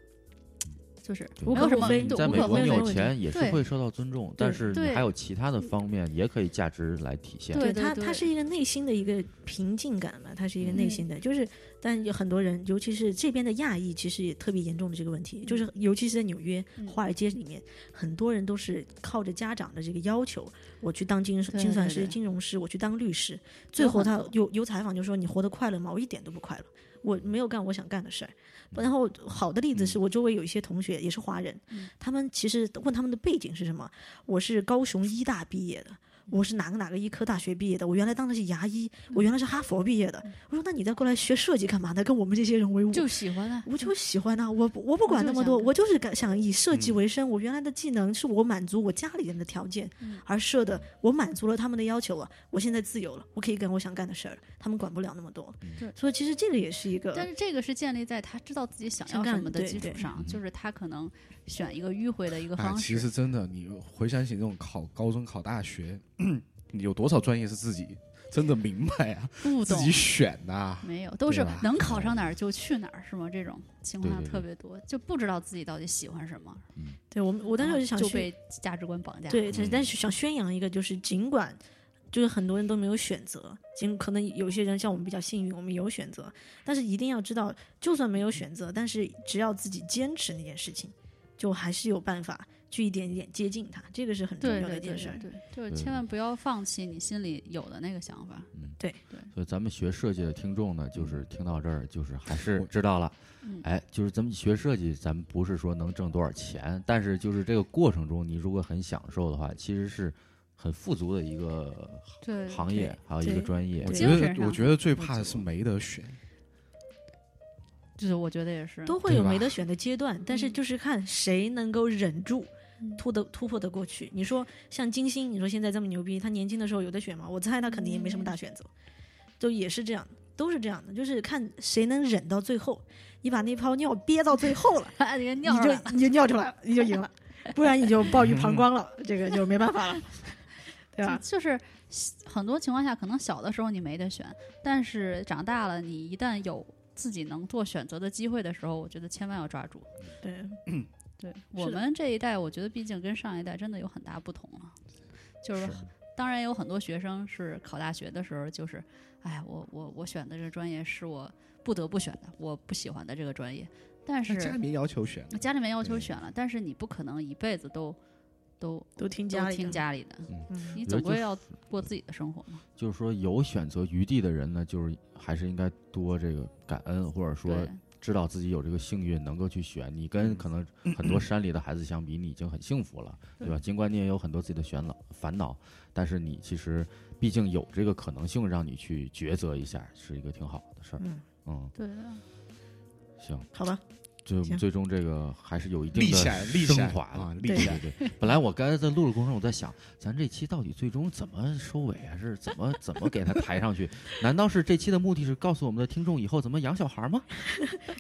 Speaker 5: 就是
Speaker 8: 对
Speaker 5: 没有什么
Speaker 7: 无可非
Speaker 5: 对
Speaker 7: 议
Speaker 8: 在
Speaker 5: 无
Speaker 8: 美
Speaker 5: 可
Speaker 8: 国，
Speaker 5: 非
Speaker 8: 你
Speaker 7: 非
Speaker 8: 有
Speaker 7: 问题
Speaker 8: 钱也是
Speaker 5: 对
Speaker 8: 会受到尊重，但
Speaker 7: 对
Speaker 8: 是你
Speaker 5: 对
Speaker 8: 还有其他的方面也可以价值来体现。
Speaker 5: 对对
Speaker 7: 它，
Speaker 5: 对
Speaker 7: 它是一个内心的一个平静感嘛，它是一个内
Speaker 5: 嗯
Speaker 7: 心的，就是，但有很多人，尤其是这边的亚裔，其实也特别严重的这个问题，就是尤其是在纽约
Speaker 5: 嗯
Speaker 7: 华尔街里面，很多人都是靠着家长的这个要求，我去当金
Speaker 5: 对
Speaker 7: 精算
Speaker 5: 对
Speaker 7: 师、
Speaker 5: 对
Speaker 7: 金融师，我去当律师，最后
Speaker 5: 很
Speaker 7: 他
Speaker 5: 多
Speaker 7: 有有采访就说你活得快乐吗？我一点都不快乐。我没有干我想干的事儿，然后好的例子是我周围有一些同学也是华人，
Speaker 5: 嗯
Speaker 7: 他们其实问他们的背景是什么，我是高雄医大毕业的，我是哪个哪个医科大学毕业的，我原来当的是牙医，我原来是哈佛毕业的。我说那你再过来学设计干嘛呢？跟我们这些人为伍。
Speaker 5: 嗯就喜欢啊，
Speaker 7: 我就喜欢啊，我不我不管
Speaker 5: 就
Speaker 7: 那么
Speaker 5: 想
Speaker 7: 多，
Speaker 5: 干
Speaker 7: 我就是敢想以设计为生。我原来的技能是我满足我家里人的条件
Speaker 5: 嗯
Speaker 7: 而设的，我满足了他们的要求了，啊我现在自由了，我可以干我想干的事儿了，他们管不了那么多
Speaker 5: 对。
Speaker 7: 所以其实这个也是一个， <laughs>
Speaker 5: 但是这个是建立在他知道自己想
Speaker 7: 想
Speaker 5: 要什
Speaker 7: 干
Speaker 5: 么的
Speaker 7: 对
Speaker 5: 基础
Speaker 7: 对
Speaker 5: 上，
Speaker 8: 嗯
Speaker 5: 就是他可能选一个迂回的一个
Speaker 6: 哎，
Speaker 5: 方
Speaker 6: 其
Speaker 5: 式。
Speaker 6: 实真的，你回想起这种考高中、考大学， <clears throat> 你有多少专业是自己真的明白啊，
Speaker 5: 不
Speaker 6: 自
Speaker 5: 懂
Speaker 6: 己选的啊？
Speaker 5: 没有，都是
Speaker 6: 吧嗯
Speaker 5: 能考上哪儿就去哪儿，是吗？这种情
Speaker 8: 对
Speaker 5: 况
Speaker 8: 对
Speaker 5: 特别多，就不知道自己到底喜欢什么。
Speaker 7: 对我们我当时
Speaker 5: 然
Speaker 7: 我
Speaker 5: 后
Speaker 7: 就想
Speaker 5: 啊就
Speaker 7: 去
Speaker 5: 被价值观绑架。
Speaker 7: 对，但但是想宣扬一个，就是尽管就是很多人都没有选择，尽可能有些人像我们比较幸运，我们有选择，但是一定要知道，就算没有选择，但是只要自己坚持那件事情，就还是有办法去一点一点接近它，这个是很重
Speaker 5: 对
Speaker 7: 要的
Speaker 5: 对
Speaker 7: 一
Speaker 5: 对
Speaker 7: 件事儿
Speaker 5: 对。对，就是千万不要放弃你心里有的那个想法。
Speaker 8: 所以咱们学设计的听众呢，就是听到这儿，就是还是
Speaker 6: 我
Speaker 8: 知道了。
Speaker 5: 嗯，
Speaker 8: 哎，就是咱们学设计，咱们不是说能挣多少钱，但是就是这个过程中，你如果很享受的话，其实是很富足的一个
Speaker 5: 对，
Speaker 8: 行业，还有一个
Speaker 7: 对
Speaker 8: 专业
Speaker 6: 我。觉
Speaker 5: 精神
Speaker 6: 得，
Speaker 5: 上
Speaker 6: 我觉得最怕的是没得选。
Speaker 5: 就是我觉得也是。
Speaker 7: 都会
Speaker 6: 对
Speaker 7: 有没
Speaker 6: 吧
Speaker 7: 得选的阶段，但是
Speaker 5: 嗯
Speaker 7: 就是看谁能够忍住
Speaker 5: 嗯，
Speaker 7: 突的突破的过去。你说像金星，你说现在这么牛逼，他年轻的时候有的选吗？我猜他肯定也没什么大选择，就也是这样的，都是这样的，就是看谁能忍到最后。你把那泡尿憋到最后了，
Speaker 5: <laughs> 哎，人
Speaker 7: 你
Speaker 5: 尿出来
Speaker 7: 就你就尿出来了，你就赢了，不然你就暴雨膀胱了，这个就没办法了，对
Speaker 5: 了
Speaker 7: 吧？
Speaker 5: 就就是很多情况下，可能小的时候你没得选，但是长大了，你一旦有自己能做选择的机会的时候，我觉得千万要抓住。
Speaker 7: 对，
Speaker 5: 对
Speaker 7: 的
Speaker 5: 我们这一代，我觉得毕竟跟上一代真的有很大不同了、就是当然有很多学生是考大学的时候，就是，哎，我我我选的这个专业是我不得不选的，我不喜欢的这个专业，但是
Speaker 6: 家里面要求选，
Speaker 5: 家里面要求
Speaker 6: 对
Speaker 5: 选了，但是你不可能一辈子都都
Speaker 7: 都听家
Speaker 5: 都
Speaker 7: 里
Speaker 5: 听
Speaker 7: 的，
Speaker 5: 家里的，
Speaker 7: 嗯，
Speaker 5: 你
Speaker 8: 觉
Speaker 5: 总
Speaker 8: 得就
Speaker 5: 归要过自己的生活嘛。
Speaker 8: 就是说，有选择余地的人呢，就是还是应该多这个感恩，或者说
Speaker 5: 对，
Speaker 8: 知道自己有这个幸运能够去选。你跟
Speaker 7: 嗯
Speaker 8: 可能很多山里的孩子相比，你已经很幸福了，
Speaker 7: 嗯
Speaker 8: 对吧？尽管你也有很多自己的烦恼烦恼，但是你其实毕竟有这个可能性让你去抉择一下，是一个挺好的事儿。
Speaker 7: 嗯
Speaker 8: 嗯，
Speaker 5: 对，
Speaker 7: <laughs>
Speaker 8: 行，
Speaker 7: 好吧，
Speaker 8: 就
Speaker 7: 行
Speaker 8: 最终这个还是有一定
Speaker 6: 立
Speaker 8: 的
Speaker 6: 起来，立起
Speaker 8: 升
Speaker 6: 来
Speaker 8: 华的
Speaker 6: 啊，。立起来。
Speaker 8: 对对对，本来我刚才在录的过程中，我在想，咱这期到底最终怎么收尾啊？是怎么怎么给它抬上去？难道是这期的目的是告诉我们的听众以后怎么养小孩吗？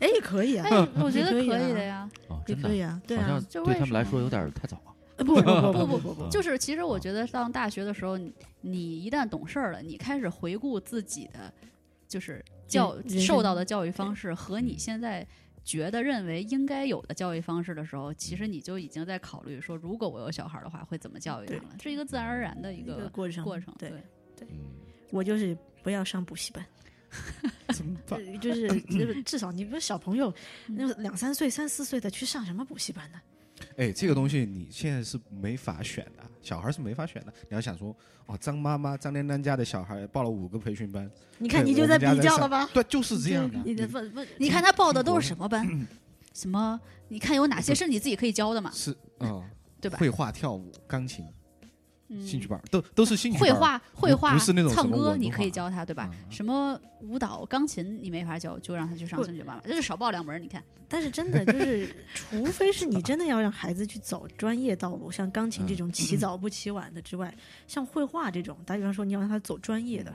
Speaker 7: 哎，可以啊
Speaker 5: 哎，，我觉得可以的呀。
Speaker 8: 啊，
Speaker 7: 也
Speaker 8: 真的
Speaker 7: 可以啊，对
Speaker 8: 好
Speaker 7: 啊
Speaker 8: 像，
Speaker 5: 就
Speaker 8: 对
Speaker 5: 为
Speaker 8: 他们
Speaker 5: 什
Speaker 8: 来
Speaker 5: 么
Speaker 8: 说有点儿太早了。
Speaker 7: 呃不不不
Speaker 5: <laughs> 不
Speaker 7: 不
Speaker 5: 不
Speaker 7: 不不，
Speaker 5: 就是其实我觉得上大学的时候，你你一旦懂事儿了，你开始回顾自己的就是教
Speaker 7: 人
Speaker 5: 受
Speaker 7: 生
Speaker 5: 到的教育方式和你现在。觉得认为应该有的教育方式的时候，其实你就已经在考虑说，如果我有小孩儿的话，会怎么教育他
Speaker 7: 对
Speaker 5: 了，是一个自然而然的一
Speaker 7: 一个
Speaker 5: 个
Speaker 7: 过程
Speaker 5: 过程。
Speaker 7: 对。
Speaker 5: 对，
Speaker 8: 嗯，
Speaker 7: 我就是不要上补习班，对
Speaker 6: <coughs>
Speaker 7: 就是就是至少你不是小朋友，那两三岁、三四岁的去上什么补习班呢？
Speaker 6: 哎，这个东西你现在是没法选的，小孩是没法选的。你要想说，哦，张妈妈、张丹丹家的小孩报了五个培训班，
Speaker 7: 你看
Speaker 6: 对
Speaker 7: 你就
Speaker 6: 我们
Speaker 7: 在
Speaker 6: 家
Speaker 7: 比
Speaker 6: 在
Speaker 7: 较
Speaker 6: 上
Speaker 7: 了吧？
Speaker 6: 对，就是这样的。
Speaker 7: 你的
Speaker 6: 你
Speaker 7: 不不，
Speaker 5: 你看他报的都是什么班？
Speaker 7: 嗯
Speaker 5: 什么？你看有哪些是你自己可以教的嘛？
Speaker 6: 是啊，
Speaker 5: 对吧
Speaker 6: 绘画、跳舞、钢琴、
Speaker 5: 嗯
Speaker 6: 兴趣班都都是兴趣
Speaker 5: 绘
Speaker 6: 班。
Speaker 5: 画、绘
Speaker 6: 不
Speaker 5: 画、
Speaker 6: 不是那种什
Speaker 5: 唱
Speaker 6: 么
Speaker 5: 歌，
Speaker 6: 文
Speaker 5: 你可以
Speaker 6: 化
Speaker 5: 教他，对吧？
Speaker 6: 嗯
Speaker 5: 什么舞蹈、钢琴你没法教，就让他去上
Speaker 7: 不
Speaker 5: 兴趣班吧，那就少报两门儿。你看，
Speaker 7: 但是真的就是，除非是你真的要让孩子去走专业道路，像钢琴这种起早不起晚的之外，像绘画这种，打比方说你要让他走专业的。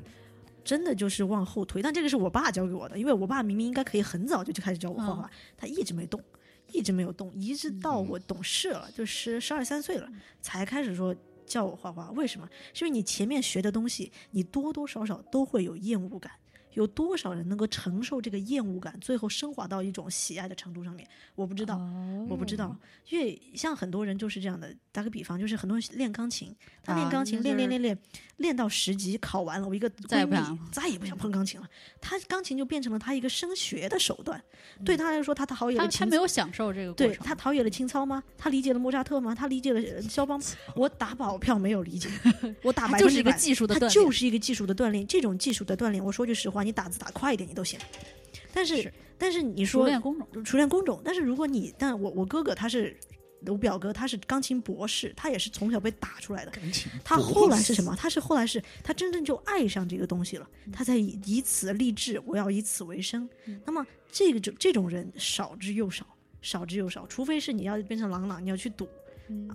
Speaker 7: 真的就是往后推，但这个是我爸教给我的，因为我爸明明应该可以很早就就开始教我画画，他一直没动，一直没有动，一直到我懂事了，就十十二三岁了，才开始说叫我画画，为什么？是因为你前面学的东西，你多多少少都会有厌恶感。有多少人能够承受这个厌恶感，最后升华到一种喜爱的程度上面？我不知道，
Speaker 5: 哦
Speaker 7: 我不知
Speaker 5: 嗯
Speaker 7: 道。因为像很多人就是这样的，打个比方，就是很多人练钢琴，他练
Speaker 5: 啊
Speaker 7: 钢琴、
Speaker 5: 那
Speaker 7: 练练
Speaker 5: 就是
Speaker 7: 练练，练到十级考完了，我一个
Speaker 5: 再也
Speaker 7: 闺
Speaker 5: 不
Speaker 7: 蜜
Speaker 5: 想
Speaker 7: 再也不想碰钢琴了。他钢琴就变成了他一个升学的手段，对他来说，他陶冶
Speaker 5: 他
Speaker 7: 了
Speaker 5: 他
Speaker 7: 情
Speaker 5: 嗯没有享受这个过
Speaker 7: 对
Speaker 5: 程，
Speaker 7: 他陶冶了情操吗？他理解了莫扎特吗？他理解了呃肖邦吗？我打保票没有理
Speaker 5: <laughs>
Speaker 7: 解，我打
Speaker 5: 他
Speaker 7: 百
Speaker 5: 就
Speaker 7: 分
Speaker 5: 是
Speaker 7: 之
Speaker 5: 一个
Speaker 7: 百，
Speaker 5: 技术的
Speaker 7: 它
Speaker 5: 锻
Speaker 7: 就
Speaker 5: 炼
Speaker 7: 是一个技术的锻炼。这种技术的锻炼，我说句实话，你打字打快一点你都行。但是
Speaker 5: 是
Speaker 7: 但是你
Speaker 5: 熟
Speaker 7: 说
Speaker 5: 练工种，
Speaker 7: 熟练工种，但是如果你但我我哥哥他是。我表哥他是钢琴博士，他也是从小被打出来的。他后来是什么？他是后来是他真正就爱上这个东西了，他才以以此立志，我要以此为生。那么这个就这种人少之又少，少之又少，除非是你要变成朗朗，你要去赌。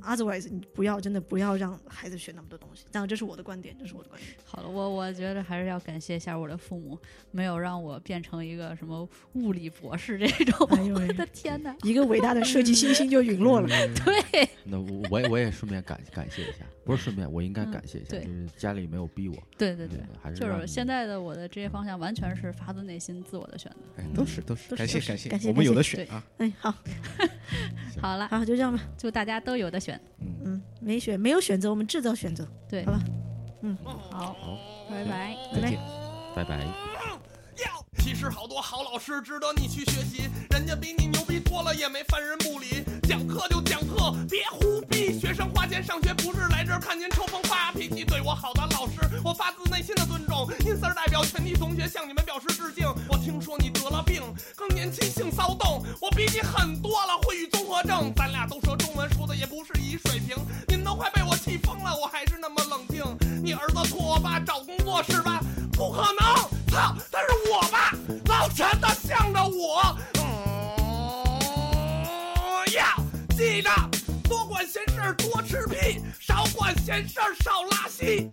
Speaker 7: Otherwise，你不要真的不要让孩子学那么多东西。当然，这是我的观点，这是我的观点。
Speaker 5: 好了，我我觉得还是要感谢一下我的父母，没有让我变成一个什么物理博士这种。
Speaker 7: 哎呦喂
Speaker 5: <laughs> 我的天哪！
Speaker 7: 一个伟大的设计新星就陨落了。
Speaker 5: 对，
Speaker 8: 那我我也我也顺便感感谢一下，不是顺便，我应该感谢一下，
Speaker 5: 嗯对
Speaker 8: 就是家里没有逼我，嗯
Speaker 5: 对对对，
Speaker 8: 还是
Speaker 5: 就
Speaker 8: 让
Speaker 5: 是
Speaker 8: 你
Speaker 5: 现在的我的职业方向完全是发自内心自我的选择。
Speaker 6: 哎，都是都是，
Speaker 7: 都是
Speaker 6: 感谢
Speaker 7: 都是
Speaker 6: 感谢
Speaker 7: 感，谢
Speaker 6: 我们有
Speaker 7: 感
Speaker 6: 的
Speaker 5: 谢
Speaker 6: 选啊，
Speaker 7: 哎，好
Speaker 5: 好了，
Speaker 7: 好，就这样吧。
Speaker 5: 祝大家都有的选。
Speaker 7: 嗯，没选，没有选择，我们制造选择。
Speaker 5: 对，
Speaker 7: 好吧，
Speaker 5: 嗯好，拜
Speaker 8: 行
Speaker 5: 拜。
Speaker 8: 再见，拜拜。
Speaker 9: 其实好多好老师值得你去学习，人家比你牛逼多了也没犯人不理。讲课就讲课，别胡逼。学生花钱上学不是来这儿看您抽风发脾气。对我好的老师，我发自内心的尊重。因此而代表全体同学向你们表示致敬。我听说你得了病，更年期性骚动，我比你狠多了，会语综合症。咱俩都说中文，说的也不是一水平。您都快被我气疯了，我还是那么冷静。你儿子托我爸找工作是吧？不可能！操，他是我爸，老陈他向着我。嗯呀，记着多管闲事儿多吃屁，少管闲事儿少拉稀。